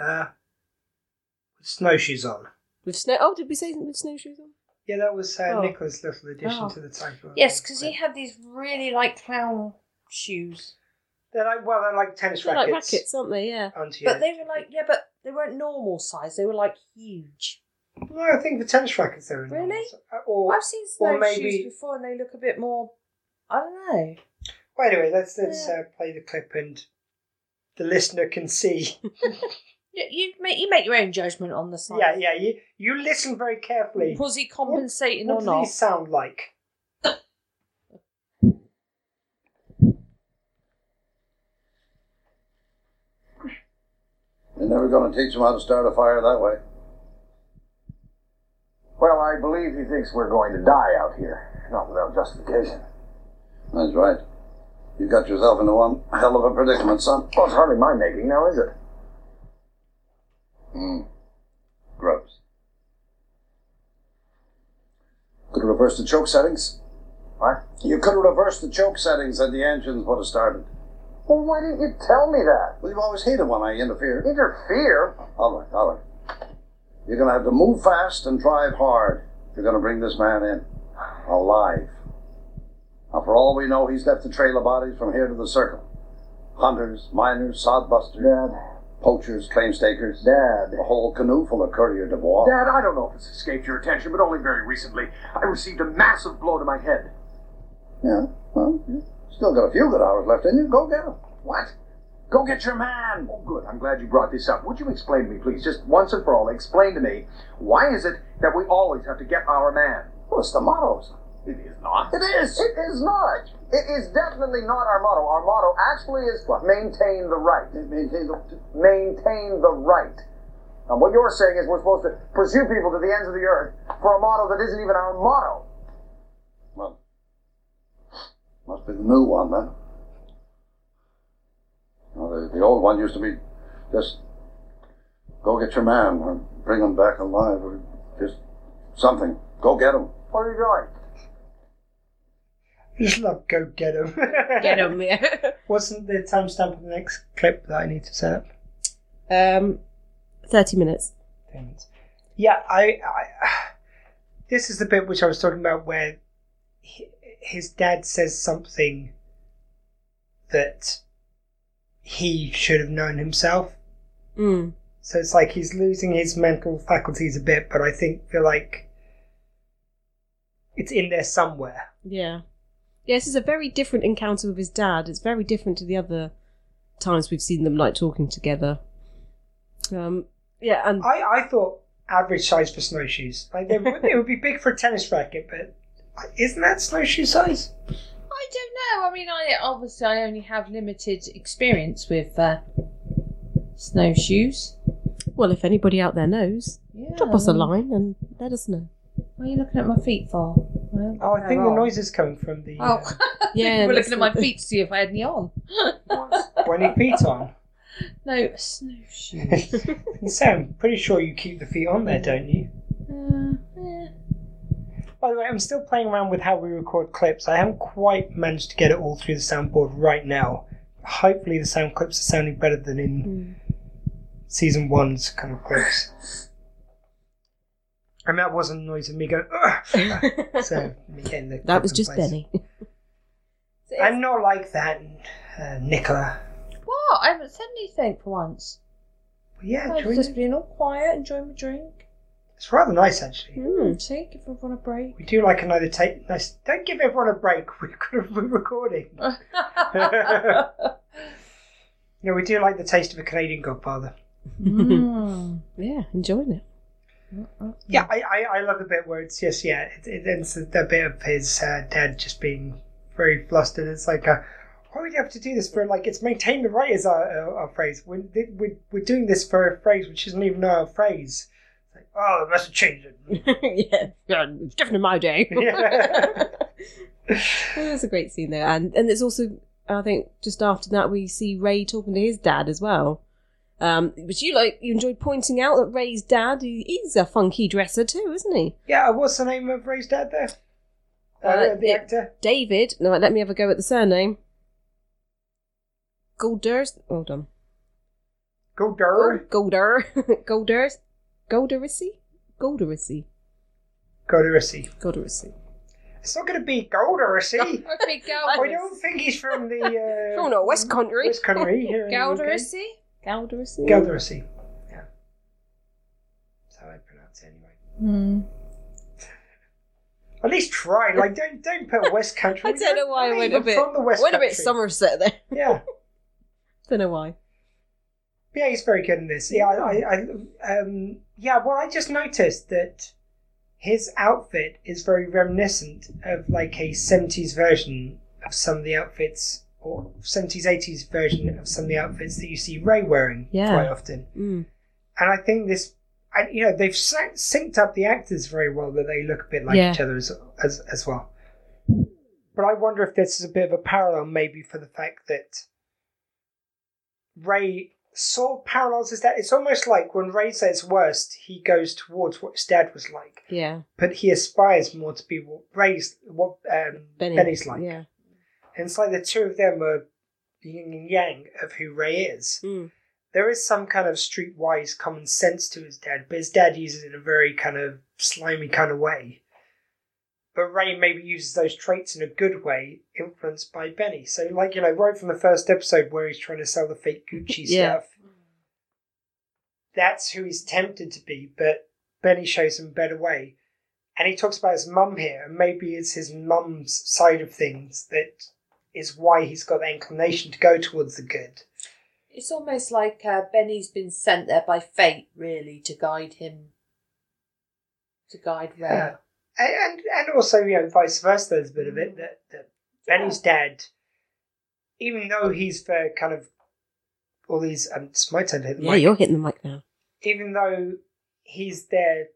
B: Uh, with snowshoes on.
C: With snow. Oh, did we say with snowshoes on?
B: Yeah, that was uh,
C: Oh.
B: Nicholas' little addition
D: Oh.
B: to the title.
D: Yes, because he had these really like clown shoes,
B: They're like, well, they're like tennis
C: They're
B: rackets.
C: like rackets, aren't they? Yeah.
B: Aren't you?
D: but they were like yeah, but they weren't normal size. They were like huge.
B: No, I think the tennis rackets they're in. Uh,
D: Really?
B: Or,
D: I've seen
B: or
D: snow shoes
B: maybe.
D: before, and they look a bit more. I don't know.
B: Well, anyway, let's let's
D: Yeah.
B: uh, play the clip and the listener can see.
D: You, you make you make your own judgment on the size.
B: yeah, yeah. You you listen very carefully.
D: Was he compensating
B: what
D: or
B: do
D: not?
B: these sound like?
L: They're never going to teach him how to start a fire that way.
J: Well, I believe he thinks we're going to die out here. Not without justification.
L: That's right. You got yourself into one hell of a predicament, son.
J: Well, it's hardly my making now, is it?
L: Hmm. Gross. Could have reversed the choke settings. What? You could have reversed the choke settings and the engines would have started.
J: Well, why didn't you tell me that?
L: Well, you always hated when I interfered.
J: Interfere?
L: All right, all right. You're going to have to move fast and drive hard. You're going to bring this man in alive. Now, for all we know, he's left a trail of bodies from here to the circle. Hunters, miners, sodbusters, poachers, claim stakers. Dad. A whole canoe full of courier devoir.
K: Dad, I don't know if it's escaped your attention, but only very recently I received a massive blow to my head.
L: Yeah, well, you still got a few good hours left in you. Go get him.
K: What? Go get your man! Oh, good. I'm glad you brought this up. Would you explain to me, please, just once and for all, explain to me, why is it that we always have to get our man?
L: Well, it's the mottos.
K: It is not.
L: It is.
K: It is not. It is definitely not our motto. Our motto actually is what? Maintain the right.
L: Maintain the,
K: Maintain the right. And what you're saying is we're supposed to pursue people to the ends of the earth for a motto that isn't even our motto.
L: well, must be the new one then. Well, the, the old one used to be just go get your man or bring him back alive or just something. Go get him.
K: Where are you going?
B: Just love go get him.
C: Get him, yeah.
B: Wasn't the timestamp of the next clip that I need to set up?
C: Um, 30 minutes.
B: Things. Yeah, I, I. This is the bit which I was talking about where hi- his dad says something that he should have known himself.
C: Mm.
B: So it's like he's losing his mental faculties a bit, but I think feel like it's in there somewhere.
C: Yeah. Yeah, this is a very different encounter with his dad. It's very different to the other times we've seen them like talking together. Um, yeah, and
B: I, I thought average size for snowshoes. Like they would, it would be big for a tennis racket, but isn't that snowshoe size?
D: I don't know. I mean, I obviously I only have limited experience with uh, snowshoes.
C: well, if anybody out there knows, drop us a line and let us know.
D: What are you looking at my feet for?
B: Oh, I think the noise is coming from the
D: Oh,
B: uh,
C: Yeah,
D: you were
C: that's
D: looking at my
C: the-
D: feet to see if I had any on.
B: running feet on.
D: No snowshoes.
B: Sam, pretty sure you keep the feet on there, don't you?
D: Uh,
B: By the way, I'm still playing around with how we record clips. I haven't quite managed to get it all through the soundboard right now. Hopefully, the sound clips are sounding better than in season one's kind of clips. and that wasn't the noise of me going, Ugh! so me getting the
C: That was
B: clip in place.
C: just Benny.
B: I'm not like that, uh, Nicola.
D: What? I haven't said anything for once.
B: Yeah,
D: I've
B: join
D: just
B: in.
D: been all quiet, enjoying my drink.
B: It's rather nice, actually.
C: Hmm.
D: Mm. See, give everyone a break.
B: We do like another take. Nice. Don't give everyone a break. We're going to be recording. no, we do like the taste of a Canadian Godfather.
D: Mm.
C: yeah, enjoying it.
B: Yeah, I, I, I love the bit where it's just, yeah, it, it, it's the bit of his uh, dad just being very flustered. It's like, uh, why would you have to do this for, like, it's maintain the right is our, our, our phrase. We're, we're, we're doing this for a phrase which isn't even our phrase. It's like, oh, it must have changed it.
C: yeah, yeah, it's different in my day. It was a great scene there, and and it's also I think just after that we see Ray talking to his dad as well. Um, which you like you enjoyed pointing out that Ray's dad he, he's a funky dresser too, isn't he?
B: Yeah, what's the name of Ray's dad there? Uh, the actor?
C: David. No, let me have a go at the surname. Golders. Hold on.
B: Golder?
C: Golder. Golders. Golderissy. Golderissy.
B: Golderissy.
C: Golderissy.
B: It's not going to be Golder, is he?
D: Okay,
B: I don't think he's from the uh,
C: Oh, From the West Country.
B: West Country here. in the UK.
D: Galderissy?
C: Golderissy.
B: Galderissy. Yeah. That's how I pronounce it anyway.
D: Hmm.
B: At least try. Like, don't don't put West Country.
C: I don't know why I
B: We're
C: went a bit.
B: From the West
C: went a
B: Country.
C: bit Somerset there.
B: Yeah.
C: don't know why.
B: Yeah, he's very good in this. Yeah, I, I, I um, yeah. Well, I just noticed that his outfit is very reminiscent of like a seventies version of some of the outfits, or seventies eighties version of some of the outfits that you see Ray wearing
C: Yeah.
B: quite often.
C: Mm.
B: And I think this, and you know, they've sy- synced up the actors very well that they look a bit like
C: Yeah.
B: each other as, as as well. But I wonder if this is a bit of a parallel, maybe for the fact that Ray sort of parallels his dad. It's almost like when Ray says worst, he goes towards what his dad was like,
C: Yeah.
B: but he aspires more to be what Ray's, what um,
C: Benny.
B: Benny's like.
C: Yeah. Hmm.
B: And it's like the two of them are yin and yang of who Ray is. there is some kind of streetwise common sense to his dad, but his dad uses it in a very kind of slimy kind of way. But Ray maybe uses those traits in a good way, influenced by Benny. So, like, you know, right from the first episode where he's trying to sell the fake Gucci
M: Yeah.
B: stuff, that's who he's tempted to be, but Benny shows him a better way. And he talks about his mum here, and maybe it's his mum's side of things that is why he's got that inclination to go towards the good.
D: It's almost like uh, Benny's been sent there by fate, really, to guide him, to guide Ray.
B: Yeah. And, and and also, you know, vice versa, there's a bit of it that, that Benny's dad, even though he's for kind of all these, um, it's my turn to hit the
C: Yeah,
B: mic.
C: you're hitting the mic now.
B: even though he's there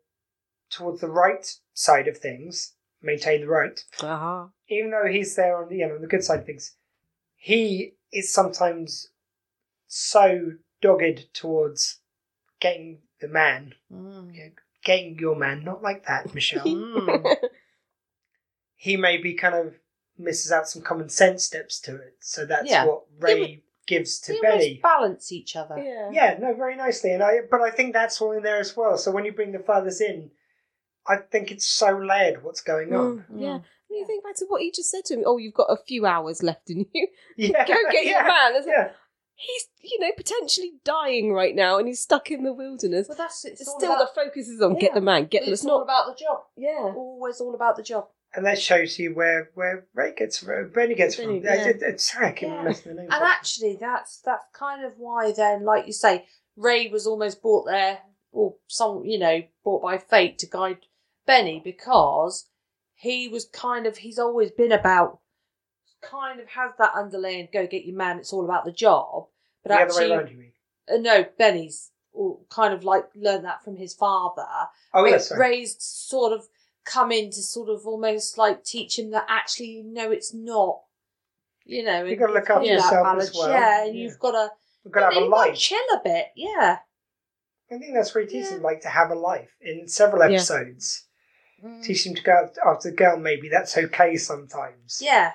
B: towards the right side of things, maintain the right.
C: Uh-huh.
B: Even though he's there on the you know on the good side of things, he is sometimes so dogged towards getting the man, you know, getting your man. Not like that, Michelle. he maybe kind of misses out some common sense steps to it. So that's
D: Yeah.
B: what Ray gives to
D: They
B: Benny.
D: almost balance each other.
C: Yeah.
B: Yeah, no, very nicely, and I. But I think that's all in there as well. So when you bring the fathers in, I think it's so layered what's going on.
C: Mm, yeah. When you think back to what he just said to him, oh, you've got a few hours left in you.
B: Yeah,
C: Go get your
B: yeah,
C: man. It's like, He's, you know, potentially dying right now and he's stuck in the wilderness.
D: But that's it's all
C: Still,
D: about-
C: the focus is on get the man, get the
D: It's
C: It's
D: all
C: not
D: about the job.
C: Yeah,
D: always all about the job.
B: And that shows you where where Ray gets where Bernie gets from.
D: yeah.
B: I did- it's- sorry, I keep messing the name.
D: And actually, that's that's kind of why then, like you say, Ray was almost brought there, or some, you know, brought by fate to guide Benny because he was kind of he's always been about kind of has that underlaying go get your man. It's all about the job, but
B: the other
D: actually,
B: way around, you mean?
D: uh, no, Benny's all kind of like learned that from his father.
B: Oh,
D: But
B: yeah, sorry.
D: Ray's sort of come in to sort of almost like teach him that actually, no, it's not. You know,
B: You've gotta look after yourself as well.
D: Yeah, and
B: Yeah.
D: you've got to.
B: We've got to have a life.
D: Chill a bit, yeah.
B: I think that's very decent, like to have a life in several
D: Yeah.
B: episodes. Teach him to go out after the girl. Maybe that's okay sometimes.
D: Yeah.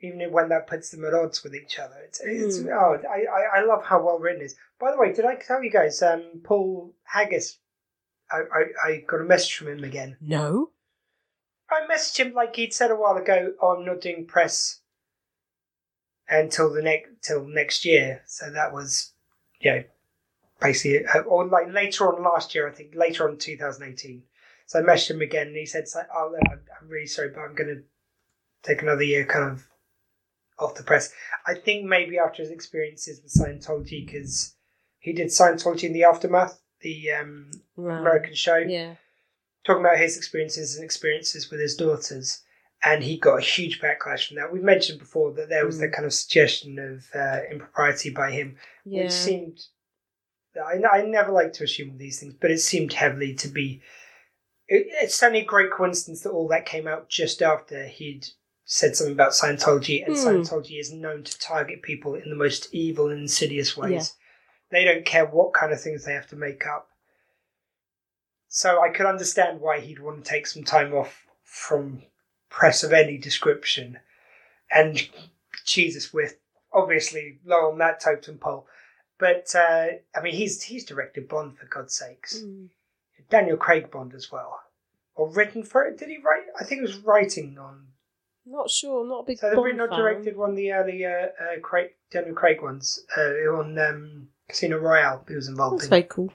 B: even if- when that puts them at odds with each other. It's, it's
M: Mm.
B: oh, I, I, I love how well written it is. By the way, did I tell you guys, um, Paul Haggis, I, I, I got a message from him again.
C: No.
B: I messaged him like he'd said a while ago, oh, I'm not doing press until the next till next year. So that was, you know, basically, uh, or like later on last year, I think, later on 2018. So I messaged him again and he said, so- oh, look, I'm I'm really sorry, but I'm going to take another year kind of off the press. I think maybe after his experiences with Scientology, because he did Scientology in the aftermath, the um,
C: Right.
B: American show.
C: Yeah.
B: Talking about his experiences and experiences with his daughters. And he got a huge backlash from that. We mentioned before that there was
M: Mm.
B: that kind of suggestion of uh, impropriety by him,
M: Yeah.
B: which seemed. I, I never like to assume these things, but it seemed heavily to be. It, it's certainly a great coincidence that all that came out just after he'd said something about Scientology, and
M: Hmm.
B: Scientology is known to target people in the most evil and insidious ways. They don't care what kind of things they have to make up. So I could understand why he'd want to take some time off from press of any description. And Jesus, we're obviously low on that totem pole. But uh, I mean, he's he's directed Bond for God's sakes.
C: Mm. Hmm.
B: Daniel Craig Bond as well, or written for it. Did he write? I think it was writing on.
C: Not sure. Not a big.
B: So the
C: Bond
B: written or
C: fan.
B: directed one, of the early uh, uh, Craig, Daniel Craig ones uh, on um, Casino Royale. He was involved.
C: That's
B: in.
C: very cool.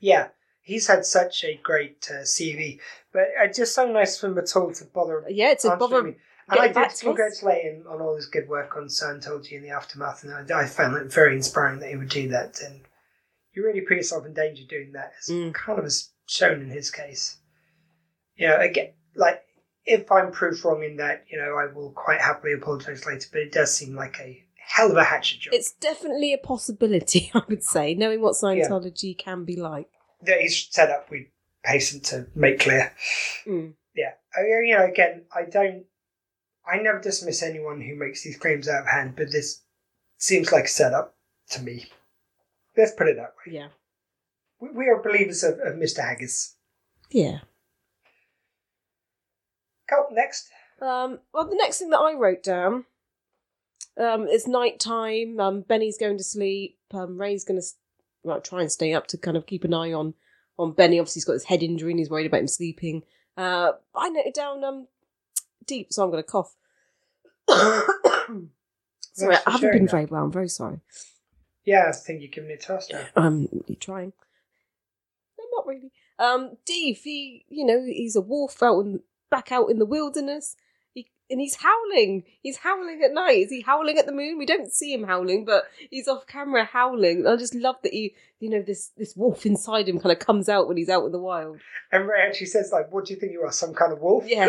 B: Yeah, he's had such a great uh, CV, but uh, just so nice for him at all to bother.
C: Yeah, to
B: answering
C: bother
B: me. And I
C: getting
B: did
C: back to us.
B: congratulate him on all his good work on Scientology in the aftermath, and I, I found it very inspiring that he would do that. And you really put yourself in danger doing that, as kind of as shown in his case. You know, again, like if I'm proved wrong in that, you know, I will quite happily apologise later. But it does seem like a hell of a hatchet job.
C: It's definitely a possibility, I would say, knowing what Scientology can be like.
B: that he's set up with hasten to make clear.
C: Mm.
B: Yeah, I mean, you know, again, I don't, I never dismiss anyone who makes these claims out of hand, but this seems like a setup to me. Let's put it that way.
C: Yeah.
B: We, we are believers of, of Mr. Haggis.
C: Yeah.
B: Cool. Next.
C: Um, well, the next thing that I wrote down Um, it's nighttime. Um, Benny's going to sleep. Um, Ray's going to well, try and stay up to kind of keep an eye on on Benny. Obviously, he's got his head injury and he's worried about him sleeping. Uh, I noted down um, deep, so I'm going to cough. sorry,
B: Thanks for
C: I haven't been
B: sharing
C: very well. I'm very sorry.
B: Yeah, I think you're giving it to us now.
C: I'm trying. No, not really. Um, Dave, he, you know, he's a wolf out in, back out in the wilderness. He, and he's howling. He's howling at night. Is he howling at the moon? We don't see him howling, but he's off camera howling. And I just love that he, you know, this this wolf inside him kind of comes out when he's out in the wild.
B: And Ray actually says, like, what do you think you are, some kind of wolf?
C: Yeah.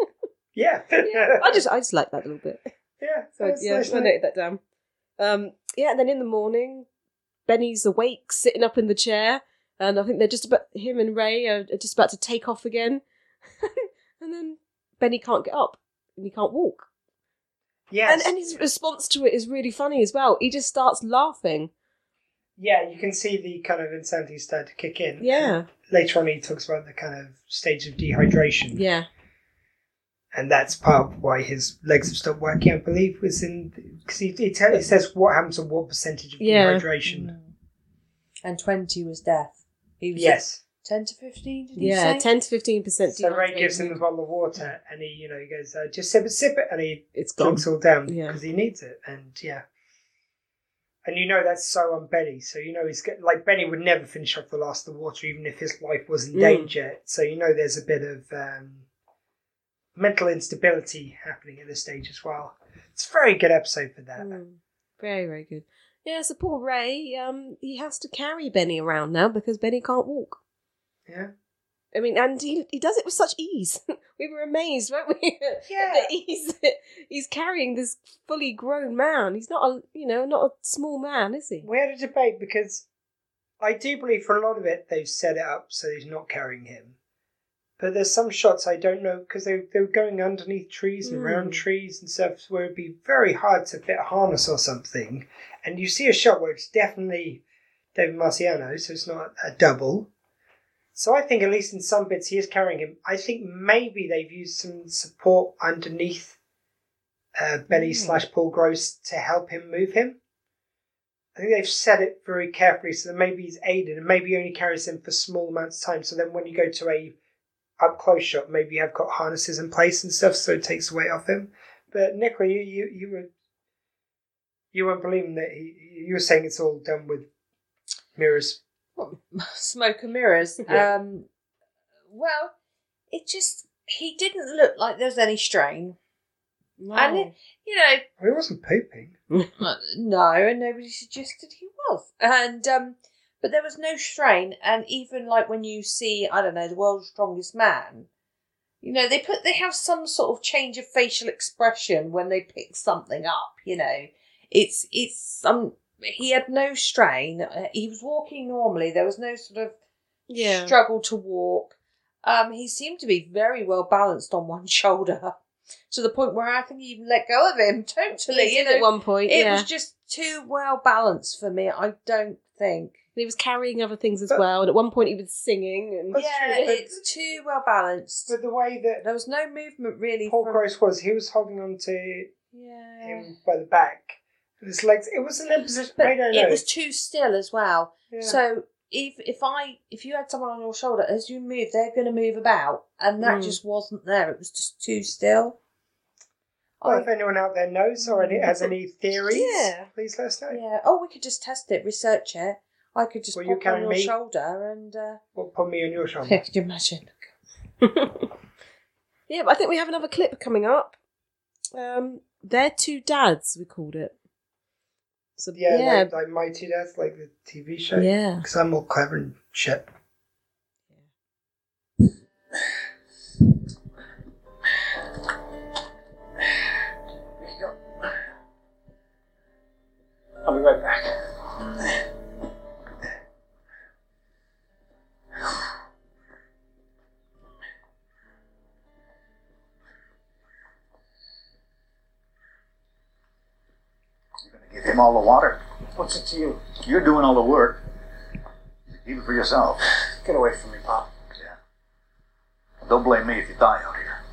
B: yeah.
C: I just I just like that little bit.
B: Yeah.
C: So
B: that's
C: yeah,
B: nice,
C: I
B: mate.
C: noted that down. Um, yeah, and then in the morning, Benny's awake, sitting up in the chair, and I think they're just about him and Ray are, are just about to take off again, and then Benny can't get up and he can't walk.
B: Yes.
C: and, and his response to it is really funny as well. He just starts laughing.
B: Yeah, you can see the kind of insanity start to kick in.
C: Yeah,
B: Later on, he talks about the kind of stage of dehydration.
C: yeah,
B: And that's part of why his legs have stopped working, I believe, was in. Because he, he, tell, he says what happens and what percentage of
D: Yeah.
B: dehydration.
C: Mm.
D: And 20 was death. He was
B: Yes.
D: 10 to 15, did he
C: yeah.
D: say?
C: Ten to fifteen percent.
B: So Ray gives him a bottle of water and he, you know, he goes, uh, just sip it, sip it. And he
C: it's
B: drinks
C: gone.
B: all down
C: Yeah.
B: because he needs it. And yeah. And you know that's so on Benny. So you know he's get, like Benny would never finish off the last of the water, even if his life was in
C: Mm.
B: danger. So you know there's a bit of um, mental instability happening at this stage as well. It's a very good episode for that.
C: Hmm. Mm. Very very good. Yeah, so poor Ray, um, he has to carry Benny around now because Benny can't walk.
B: Yeah.
C: I mean, and he, he does it with such ease. we were amazed, weren't we? Yeah. the ease that he's carrying this fully grown man. He's not a you know not a small man, is he?
B: We had a debate because I do believe for a lot of it they've set it up so he's not carrying him. But there's some shots I don't know because they, they were going underneath trees and around
K: Mm.
B: trees and stuff where it'd be very hard to fit a harness or something. And you see a shot where it's definitely David Marciano, so it's not a double. So I think at least in some bits he is carrying him. I think maybe they've used some support underneath uh, Benny
K: Mm.
B: slash Paul Gross to help him move him. I think they've said it very carefully, so that maybe he's aided, and maybe he only carries him for small amounts of time. So then, when you go to a up close shot, maybe you have got harnesses in place and stuff, so it takes the weight off him. But Nicola, you you you were you weren't believing that he, you were saying it's all done with mirrors.
D: Smoke and mirrors.
B: Yeah.
D: Um, well, it just, he didn't look like there was any strain. And, it, you know,
B: Well, he wasn't pooping.
D: no, and nobody suggested he was. And um, but there was no strain. And even like when you see, I don't know, the world's strongest man, you know, they put they have some sort of change of facial expression when they pick something up. You know, it's it's some. He had no strain. Uh, He was walking normally. There was no sort of
C: Yeah.
D: struggle to walk. Um, he seemed to be very well balanced on one shoulder to the point where I think he even let go of him totally.
C: He
D: you
C: did
D: know.
C: at one point,
D: It
C: yeah.
D: was just too well balanced for me. I don't think.
C: And he was carrying other things as well, and at one point he was singing. And
D: yeah, it's too well balanced.
B: But the way that
D: there was no movement really.
B: Paul
D: from-
B: Gross was he was holding on to
D: Yeah.
B: him by the back. And his legs. It was an imposition.
D: But
B: I don't know.
D: it was too still as well.
B: Yeah.
D: So if if I if you had someone on your shoulder as you move, they're going to move about, and that
B: Mm.
D: just wasn't there. It was just too still.
B: Well, if anyone out there knows or any, has any theories,
D: Yeah.
B: please let us know.
D: Yeah. Oh, we could just test it, research it. I could just
B: Will you
D: pop on
B: carry
D: your
B: me?
D: shoulder and. Uh,
B: Well, put me on your
D: Yeah,
B: shoulder.
D: could you imagine?
C: yeah, but I think we have another clip coming up. Um, they're two dads. We called it. So
B: Yeah,
C: yeah,
B: Like, like Mighty Death, like the TV show.
C: Yeah.
B: Because I'm more clever and shit.
K: I'll be right back.
L: Give him all the water.
K: What's it to you?
L: You're doing all the work. Keep it for yourself.
K: Get away from me, Pop.
L: Don't blame me if you die out here.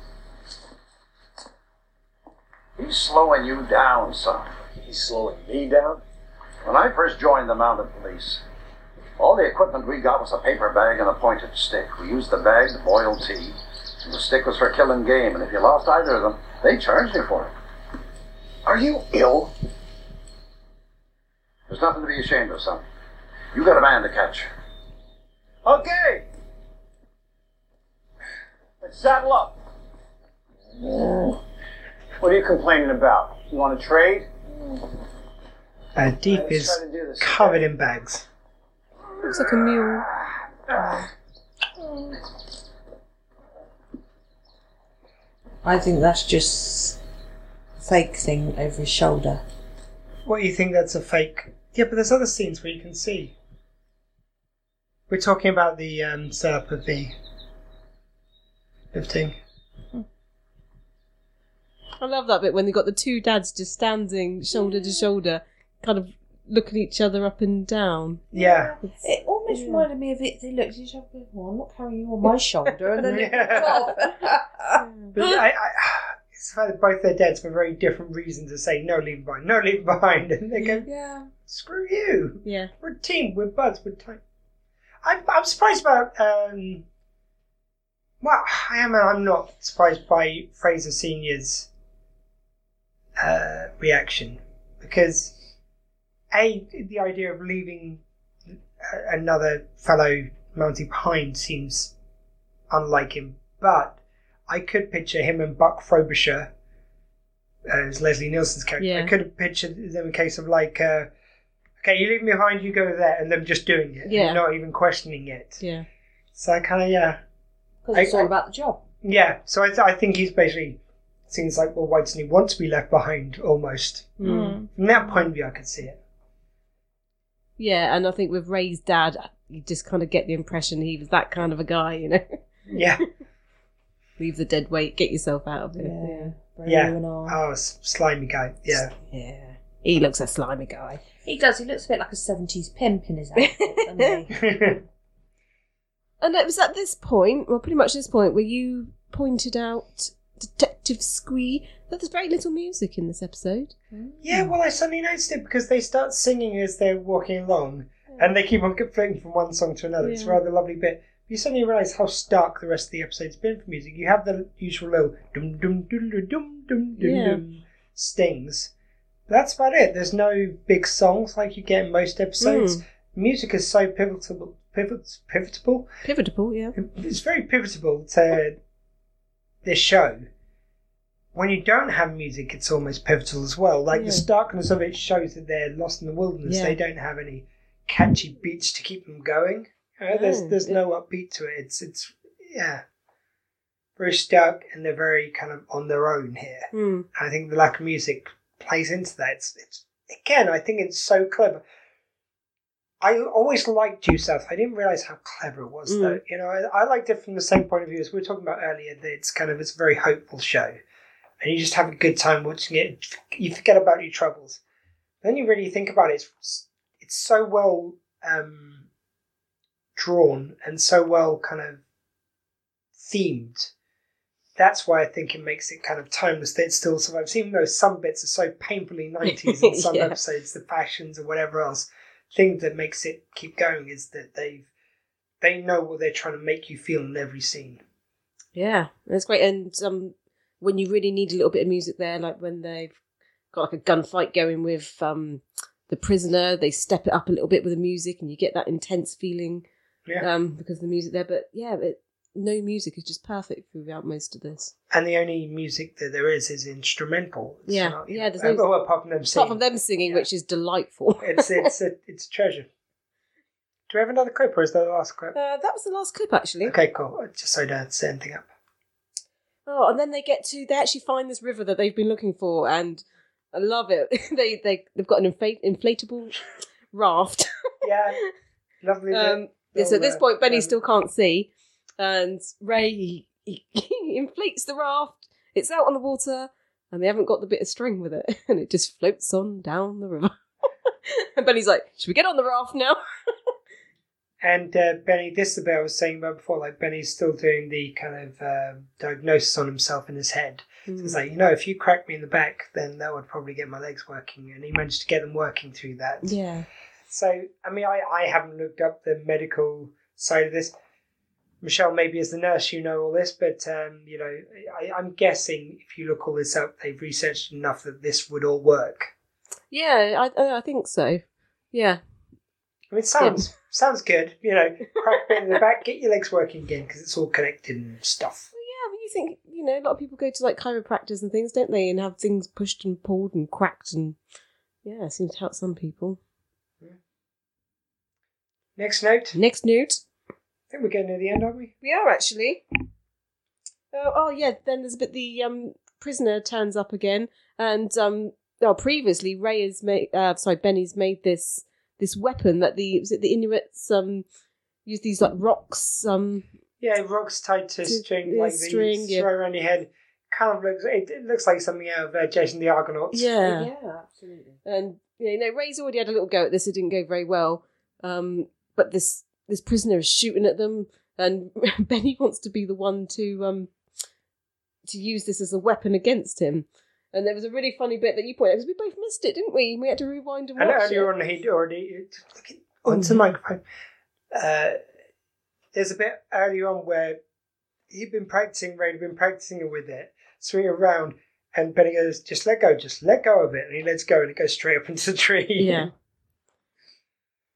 L: He's slowing you down, son. He's slowing me down? When I first joined the mounted police, all the equipment we got was a paper bag and a pointed stick. We used the bag to boil tea, and the stick was for killing game, and if you lost either of them, they charged you for it. Are you ill? There's nothing to be ashamed of, son. You got a man to catch.
J: Okay. Let's saddle up. What are you complaining about? You want to trade?
B: Uh, Deep is covered in bags.
C: Looks like a mule.
D: I think that's just fake thing over his shoulder.
B: What you think that's a fake? Yeah, but there's other scenes where you can see. We're talking about the um, setup of the lifting.
C: I love that bit when they got the two dads just standing shoulder to shoulder, kind of looking each other up and down.
B: Yeah.
D: It almost reminded me of it. They looked at each other. and, Well, I'm not carrying you on my shoulder, and then
B: Yeah. But I, I, it's the fact that both their dads for very different reasons are saying no, leave him behind, no, leave him behind, and they go,
D: yeah,
B: screw you.
C: Yeah.
B: We're a team. We're buds. We're tight. I'm, I'm surprised about. Um, well, I am. and I'm not surprised by Fraser Senior's uh, reaction because a the idea of leaving a- another fellow Mountie behind seems unlike him, but I could picture him and Buck Frobisher uh, as Leslie Nielsen's character. I
C: Yeah.
B: could have pictured them in case of like. Uh, Okay, you leave me behind, you go there, and them just doing it,
C: Yeah.
B: and not even questioning it.
C: Yeah.
B: So I kind of, yeah.
D: because
B: I-
D: it's all
B: I-
D: about the job.
B: Yeah, so I, I think he's basically seems like, well, why doesn't he want to be left behind almost?
C: Mm.
B: From that point of view, I could see it.
C: Yeah, and I think with Ray's dad, you just kind of get the impression he was that kind of a guy, you know?
B: Yeah.
C: Leave the dead weight, get yourself out of it.
D: Yeah.
B: yeah.
D: and all.
B: Oh, s- slimy guy. Yeah.
C: Yeah. He looks a slimy guy.
D: He does. He looks a bit like a seventies pimp in his outfit. doesn't he?
C: And it was at this point, well, pretty much this point, where you pointed out Detective Squee that there's very little music in this episode.
B: Yeah,
C: Hmm.
B: well, I suddenly noticed it because they start singing as they're walking along, and they keep on flipping from one song to another. It's a
C: Yeah.
B: rather lovely bit. You suddenly realise how stark the rest of the episode's been for music. You have the usual little dum dum dum dum dum dum dum
C: Yeah.
B: dum stings. That's about it. There's no big songs like you get in most episodes.
C: Mm.
B: Music is so pivotal, pivot, pivotable
C: Pivotal, yeah.
B: it's very pivotal to this show. When you don't have music, it's almost pivotal as well. Like
C: Yeah.
B: the starkness of it shows that they're lost in the wilderness.
C: Yeah.
B: They don't have any catchy beats to keep them going. You know,
C: No,
B: there's there's no upbeat to it. It's it's yeah, very stark, and they're very kind of on their own here.
C: Hmm.
B: I think the lack of music plays into that. It's, it's again, I think it's so clever. I always liked Due South. I didn't realize how clever it was,
C: Mm.
B: though. You know, I, I liked it from the same point of view as we were talking about earlier. That it's kind of it's a very hopeful show, and you just have a good time watching it. You forget about your troubles. Then you really think about it. It's it's so well um, drawn and so well kind of themed that's why I think it makes it kind of timeless that it still survives, even though some bits are so painfully 90s in some
C: Yeah.
B: episodes, the fashions or whatever else. thing that makes it keep going is that they've they know what they're trying to make you feel in every scene.
C: Yeah, that's great. And um, when you really need a little bit of music there, like when they've got like a gunfight going with um, the prisoner, they step it up a little bit with the music, and you get that intense feeling
B: Yeah.
C: um, because of the music there. But yeah, but no music is just perfect throughout most of this.
B: And the only music that there is is instrumental. It's
C: yeah,
B: not-
C: yeah. There's
B: uh,
C: no,
B: well, apart from them
C: apart
B: singing.
C: from them singing, which is delightful.
B: it's it's a it's a treasure. Do we have another clip or is that the last clip?
C: Uh, that was the last clip, actually.
B: Okay, cool. Just so I don't set anything up.
C: Oh, and then they get to they actually find this river that they've been looking for, and I love it. they they they've got an infl- inflatable raft.
B: Yeah. Lovely. bit.
C: Um, yeah, so at this
B: Little, uh,
C: point, Benny
B: um,
C: still can't see, and Ray he, he, he inflates the raft. It's out on the water, and they haven't got the bit of string with it, and it just floats on down the river. and Benny's like, "Should we get on the raft now?"
B: And uh, Benny Disabel was saying about before, like Benny's still doing the kind of um diagnosis on himself in his head. So it's like, you know, if you crack me in the back, then that would probably get my legs working. And he managed to get them working through that.
C: Yeah.
B: So, I mean, I, I haven't looked up the medical side of this. Michelle, maybe as the nurse, you know all this, but, um, you know, I, I'm guessing if you look all this up, they've researched enough that this would all work.
C: Yeah, I, uh, I think so. Yeah.
B: I mean, it sounds sounds good. You know, crack me in the back, get your legs working again because it's all connected and stuff.
C: Yeah, but you think, you know, a lot of people go to like chiropractors and things, don't they? And have things pushed and pulled and cracked and, yeah, it seems to help some people.
B: Next note.
C: Next note.
B: I think we're getting near the end, aren't we?
C: We are actually. Oh, oh yeah. Then there's a bit. The um, prisoner turns up again, and um, well, previously Ray has made. Uh, sorry, Benny's made this this weapon that the was it the Inuits um used these like rocks um
B: Yeah, rocks tied to,
C: To-
B: string,
C: yeah,
B: like
C: string,
B: the
C: yeah.
B: throw around your head. Kind of looks. It, it looks like something out of uh, Jason the Argonauts.
C: Yeah.
D: Yeah, absolutely.
C: and yeah, you know Ray's already had a little go at this. It didn't go very well. Um, but this this prisoner is shooting at them, and Benny wants to be the one to um to use this as a weapon against him. And there was a really funny bit that you pointed out because we both missed it, didn't we? We had to rewind and
B: And
C: watch
B: earlier
C: it.
B: on, he'd already onto the microphone. Uh, there's a bit earlier on where he'd been practicing. Ray had been practicing with it, swinging around, and Benny goes, "Just let go, just let go of it," and he lets go, and it goes straight up into the tree.
C: Yeah.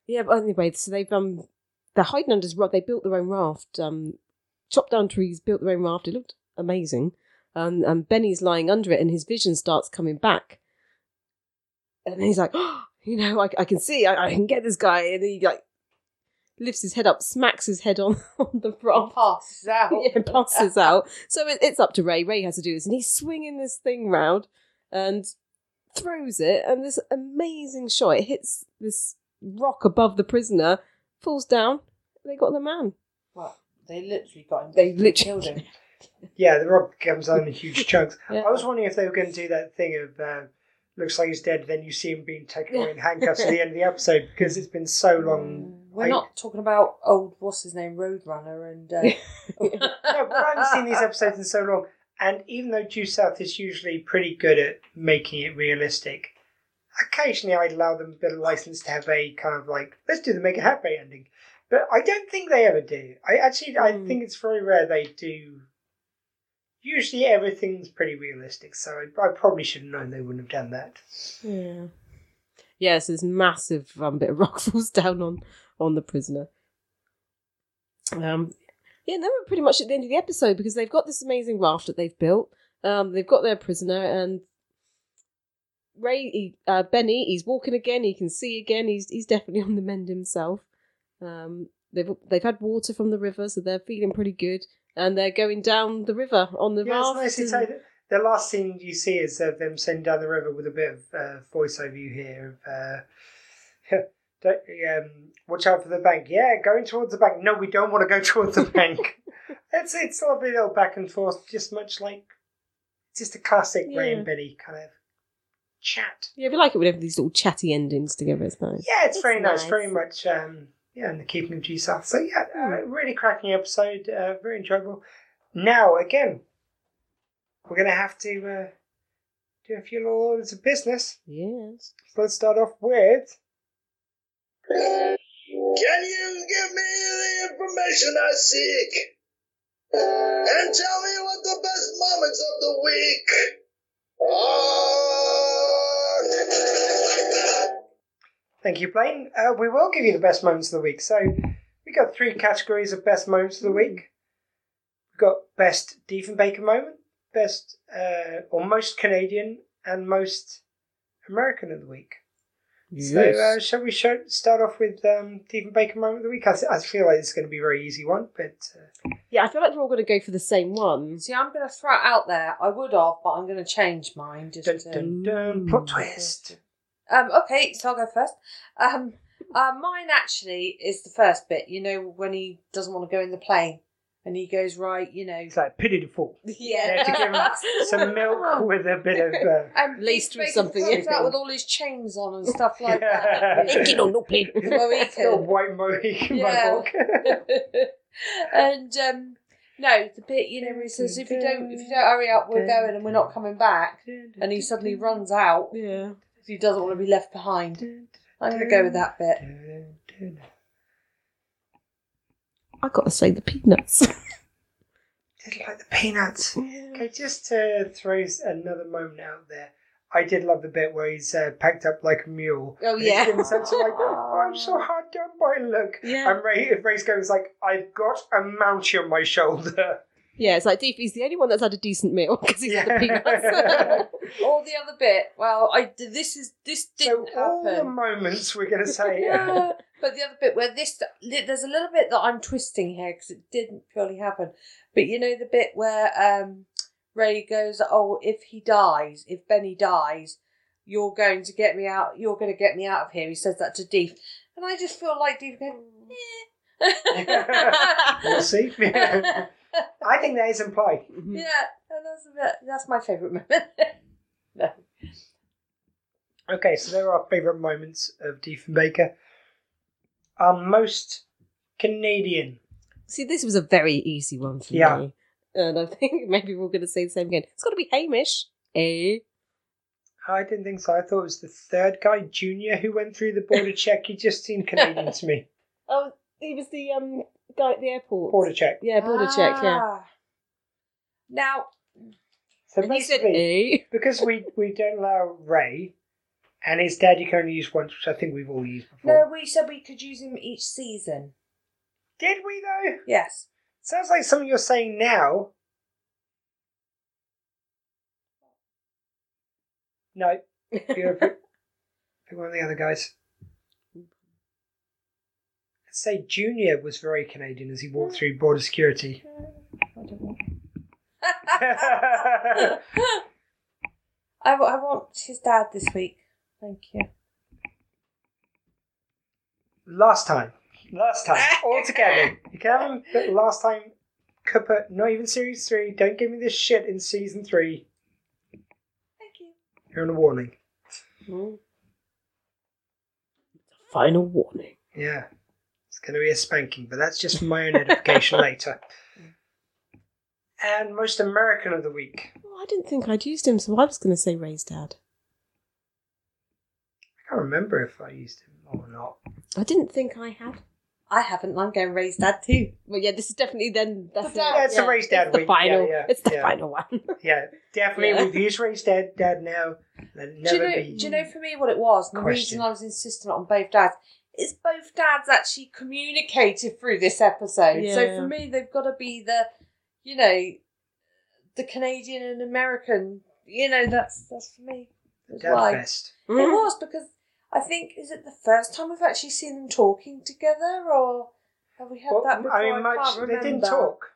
C: Yeah, but anyway, so they've um they're hiding under this rock. They built their own raft, um, chopped down trees, built their own raft. It looked amazing. Um, and Benny's lying under it, and his vision starts coming back. And then he's like, oh, you know, I, I can see, I, I can get this guy. And then he like lifts his head up, smacks his head on, on the raft,
D: passes out.
C: yeah, passes out. So it, it's up to Ray. Ray has to do this, and he's swinging this thing round and throws it, and this amazing shot. It hits this rock above the prisoner, falls down. They got the man.
D: Well, they literally got him.
C: They literally-
D: killed him.
B: Yeah, the rock comes down in huge chunks. I was wondering if they were going to do that thing of uh, looks like he's dead, then you see him being taken away in handcuffs at the end of the episode because it's been so
D: Mm.
B: long.
D: We're
B: I-
D: not talking about old what's his name Roadrunner and uh,
B: no, but I haven't seen these episodes in so long. And even though Due South is usually pretty good at making it realistic, occasionally I'd allow them a bit of license to have a kind of like, let's do the Make It Happy ending. But I don't think they ever do. I actually, I think it's very rare they do. Usually everything's pretty realistic, so I, I probably should have known they wouldn't have done that.
C: Yeah. Yeah, so this massive um, bit of rock falls down on on the prisoner. Um, yeah, and then we're pretty much at the end of the episode because they've got this amazing raft that they've built. Um, they've got their prisoner and Ray, he, uh, Benny, he's walking again. He can see again. He's he's definitely on the mend himself. Um, they've they've had water from the river, so they're feeling pretty good. And they're going down the river on the
B: Yeah,
C: raft.
B: it's nicely
C: and-
B: tied. The last thing you see is uh, them sailing down the river with a bit of uh, voiceover you hear of, uh, don't, um, watch out for the bank. Yeah, going towards the bank. No, we don't want to go towards the bank. it's it's a lovely little back and forth, just much like, it's just a classic Ray
C: Yeah.
B: and Benny kind of chat.
C: yeah, we like it whenever these little chatty endings together. It's nice.
B: Yeah, it's, very nice.
C: nice.
B: Very much, um, yeah, in the keeping of G South. So, yeah, uh, really cracking episode. Uh, very enjoyable. Now, again, we're going to have to uh, do a few little orders of business.
C: Yes.
B: So let's start off with.
E: Can you give me the information I seek? And tell me what the best moments of the week are.
B: Thank you, Blaine. Uh, we will give you the best moments of the week. So, we got three categories of best moments of the week. We've got best Diefenbaker moment, best uh, or most Canadian, and most American of the week. So, uh, shall we show, start off with um, Stephen Baker moment of the week? I, th- I feel like it's going to be a very easy one, but uh,
C: Yeah, I feel like we're all going to go for the same one.
D: See, I'm going to throw it out there. I would have, but I'm going to change mine. Just to...
B: dun, dun, plot twist.
D: Um, okay, so I'll go first. Um, uh, mine actually is the first bit. You know when he doesn't want to go in the plane, And he goes, right, you know. It's
B: like pity the fool.
D: Yeah.
B: to give him some milk with a bit of. Uh,
D: And
C: Laced with
D: Bacon's
C: something
D: comes
C: in it.
D: out with all his chains on and stuff like that.
C: Thinking on no plane.
D: The Mohican.
B: Little white Mohican mohawk.
D: and um, no, the bit you know where he says if you don't if you don't hurry up, we're going and we're not coming back. And he suddenly runs out.
C: Yeah,
D: because he doesn't want to be left behind. I'm going to go with that bit.
C: I gotta say the peanuts.
B: did like the peanuts. Okay, just to throw s- uh, another moment out there, I did love the bit where he's uh, packed up like a mule.
C: Oh,
B: And he's
C: yeah.
B: given such a, like, "Oh, I'm so hard done by. Look, yeah. And Ray, if Ray's goes like, I've got a mountie on my shoulder.
C: yeah, it's like Deepy's the only one that's had a decent meal because he's had the peanuts.
D: Or the other bit. Well, I this is this didn't happen.
B: The moments we're gonna say.
D: Yeah, but the other bit where this there's a little bit that I'm twisting here because it didn't purely happen. But you know the bit where um, Ray goes, "Oh, if he dies, if Benny dies, you're going to get me out. You're going to get me out of here." He says that to Deef, and I just feel like Deef going,
B: uh, We'll see. I think that is implied.
C: Mm-hmm.
D: "Yeah, and that's a bit, that's my favourite moment."
B: Okay, so there are our favourite moments of Diefenbaker. Our most Canadian.
C: See, this was a very easy one for
B: Yeah.
C: me, and I think maybe we're gonna say the same again. It's got to be Hamish. Eh?
B: I didn't think so. I thought it was the third guy, Junior, who went through the border check. He just seemed Canadian to me.
C: Oh, he was the um guy at the airport.
B: Border check.
C: Yeah, border check. Yeah.
D: Ah. Now
B: So
C: uh,
B: basically,
C: Eh?
B: because we, we don't allow Ray, and his dad you can only use once, which I think we've all used before.
D: no, we said we could use him each season.
B: Did we though?
D: Yes.
B: Sounds like something you're saying now. No. You're a pick, pick one of the other guys. I'd say Junior was very Canadian as he walked through border security. I,
D: wa- I want his dad this week. Thank you.
B: Last time. Last time. All together. You can have him, but last time, Cooper, not even series three. Don't give me this shit in season three. Thank you. You're on a warning.
C: Hmm. Final warning.
B: Yeah. It's going to be a spanking, but that's just for my own edification later. And most American of the week.
C: Well, I didn't think I'd used him, so I was gonna say Ray's dad.
B: I can't remember if I used him or not.
C: I didn't think I had.
D: I haven't. I'm going raise dad too.
C: Well, yeah, this is definitely then. That's it.
B: Yeah, it's a raised dad
C: It's the
B: week.
C: final.
B: Yeah, yeah,
C: it's the
B: yeah.
C: final one.
B: Yeah, definitely.
D: Yeah.
B: We've used raised dad, dad now. Let
D: Do you,
B: never
D: know,
B: be.
D: do you know for me what it was? The
B: Question.
D: reason I was insistent on both dads is both dads actually communicated through this episode. So
C: Yeah.
D: for me, they've got to be the, you know, the Canadian and American. You know, that's that's for me. That's
B: Dad
D: why.
B: fest.
D: It was because I think is it the first time I've actually seen them talking together, or have we had
B: Well,
D: that before?
B: I mean, much,
D: can't
B: they didn't
D: remember.
B: talk.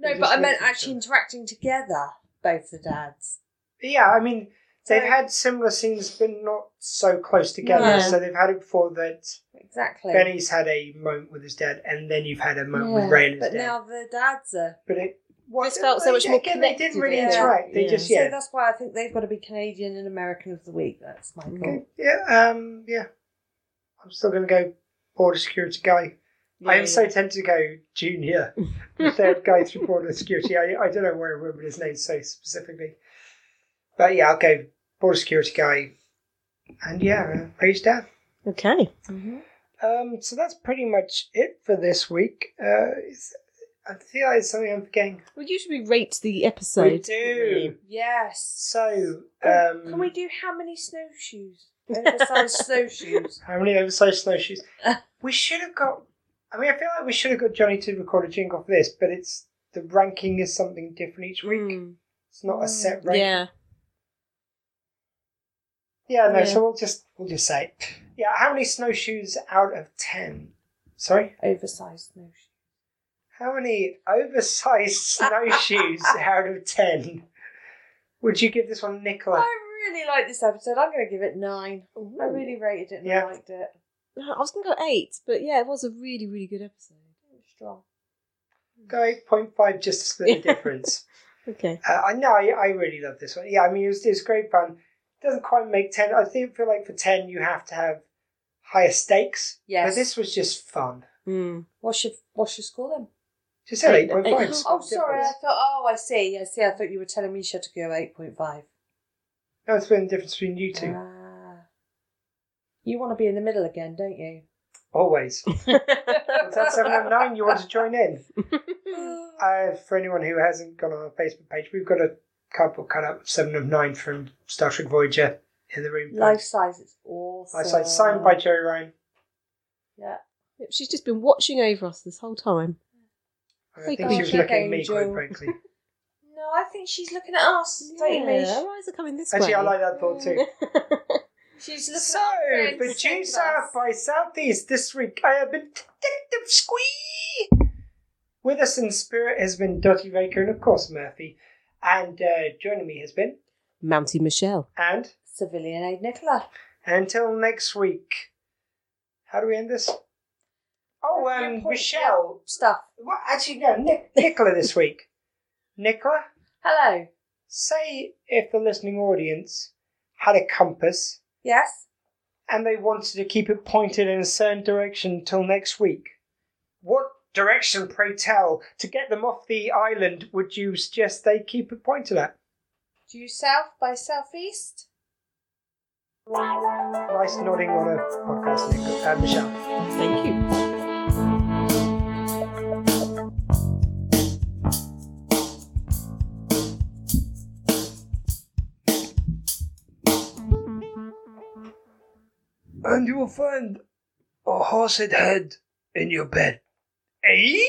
D: No,
B: They
D: but
B: just
D: I meant
B: listened to
D: actually interacting together, both the dads.
B: Yeah, I mean, they've
D: So-
B: had similar scenes, but not so close together.
D: No.
B: So they've had it before that.
D: Exactly.
B: Benny's had a moment with his dad, and then you've had a moment
D: Yeah,
B: with Ray and his
D: but
B: dad.
D: now the dads are.
B: but it
C: This felt so much more
B: again, they didn't
C: connected,
B: really
C: yeah.
B: interact. They
C: Yeah.
B: just
D: So
B: yeah,
D: that's why I think they've got to be Canadian and American of the week. That's my call.
B: yeah, um, yeah. I'm still going to go border security guy. I am so tempted to go junior, the third guy through border security. I, I don't know where I remember his name so specifically, but yeah, I'll go border security guy, and yeah, uh, raised dad.
C: Okay.
B: Um, so that's pretty much it for this week. Uh, it's, I feel like it's something I'm forgetting.
C: Well, usually we rate the
B: We
C: episode.
B: do.
D: Yes.
B: So,
D: Oh,
B: um,
D: Can we do how many snowshoes? Oversized snowshoes.
B: How many oversized snowshoes?
C: Uh.
B: we should have got. I mean, I feel like we should have got Johnny to record a jingle for this, but it's the ranking is something different each week. It's not a set ranking.
C: Hmm. Yeah.
B: Yeah, no.
C: Yeah.
B: So we'll just we'll just say, it. yeah. How many snowshoes out of ten? Sorry,
D: Oversized snowshoes.
B: how many oversized snowshoes out of ten would you give this one, Nicola?
D: I really like this episode. I'm going to give it nine. I really rated it and
B: Yeah.
D: I liked it.
C: No, I was gonna go eight, but yeah, it was a really, really good episode.
D: Strong.
B: Go 8.5 just to split the difference.
C: okay.
B: Uh, I know, I, I really love this one. Yeah, I mean, it was, it was great fun. Doesn't quite make 10. I think feel like for 10, you have to have higher stakes.
D: Yes.
B: But this was just fun.
C: Mm.
D: What's your What's your score then?
B: She said 8.5.
D: Oh, sorry. I thought. Oh, I see. I see. I thought you were telling me she had to go eight point five.
B: No, it's been the difference between you two.
D: Ah. You want to be in the middle again, don't you?
B: Always. What's that 709? You want to join in? uh, for anyone who hasn't gone on our Facebook page, we've got a cardboard cutout of 7 of 9 from Star Trek Voyager in the room.
D: Life size. It's awesome.
B: Life size, signed by Jerry Ryan.
D: Yeah.
C: Yep, She's just been watching over us this whole time.
B: I
C: Say
B: think she was
C: goodbye.
B: looking at me, quite
C: Angel.
B: frankly.
D: No, I think she's looking at us. Don't you?
C: Yeah, why is it coming this
B: Actually,
C: way?
B: I like that thought too.
D: She's looking
B: so,
D: at us.
B: producer by Southeast this week, I have been Detective Squee! With us in spirit has been Dottie Baker and, of course, Murphy. And uh, joining me has been.
C: Mounty Michelle.
B: And?
D: Civilian Aid Nicola.
B: Until next week. How do we end this? Oh, um, Michelle.
D: Stuff.
B: Well, actually, no, Nic- Nicola this week. Nicola?
D: Hello.
B: Say if the listening audience had a compass
D: Yes.
B: and they wanted to keep it pointed in a certain direction till next week. What direction, pray tell, to get them off the island would you suggest they keep it pointed at?
D: Due south by southeast.
B: Nice nodding on a podcast, Nicola. Uh, Michelle.
C: Thank you.
A: And you will find a horse's head in your bed. Eh?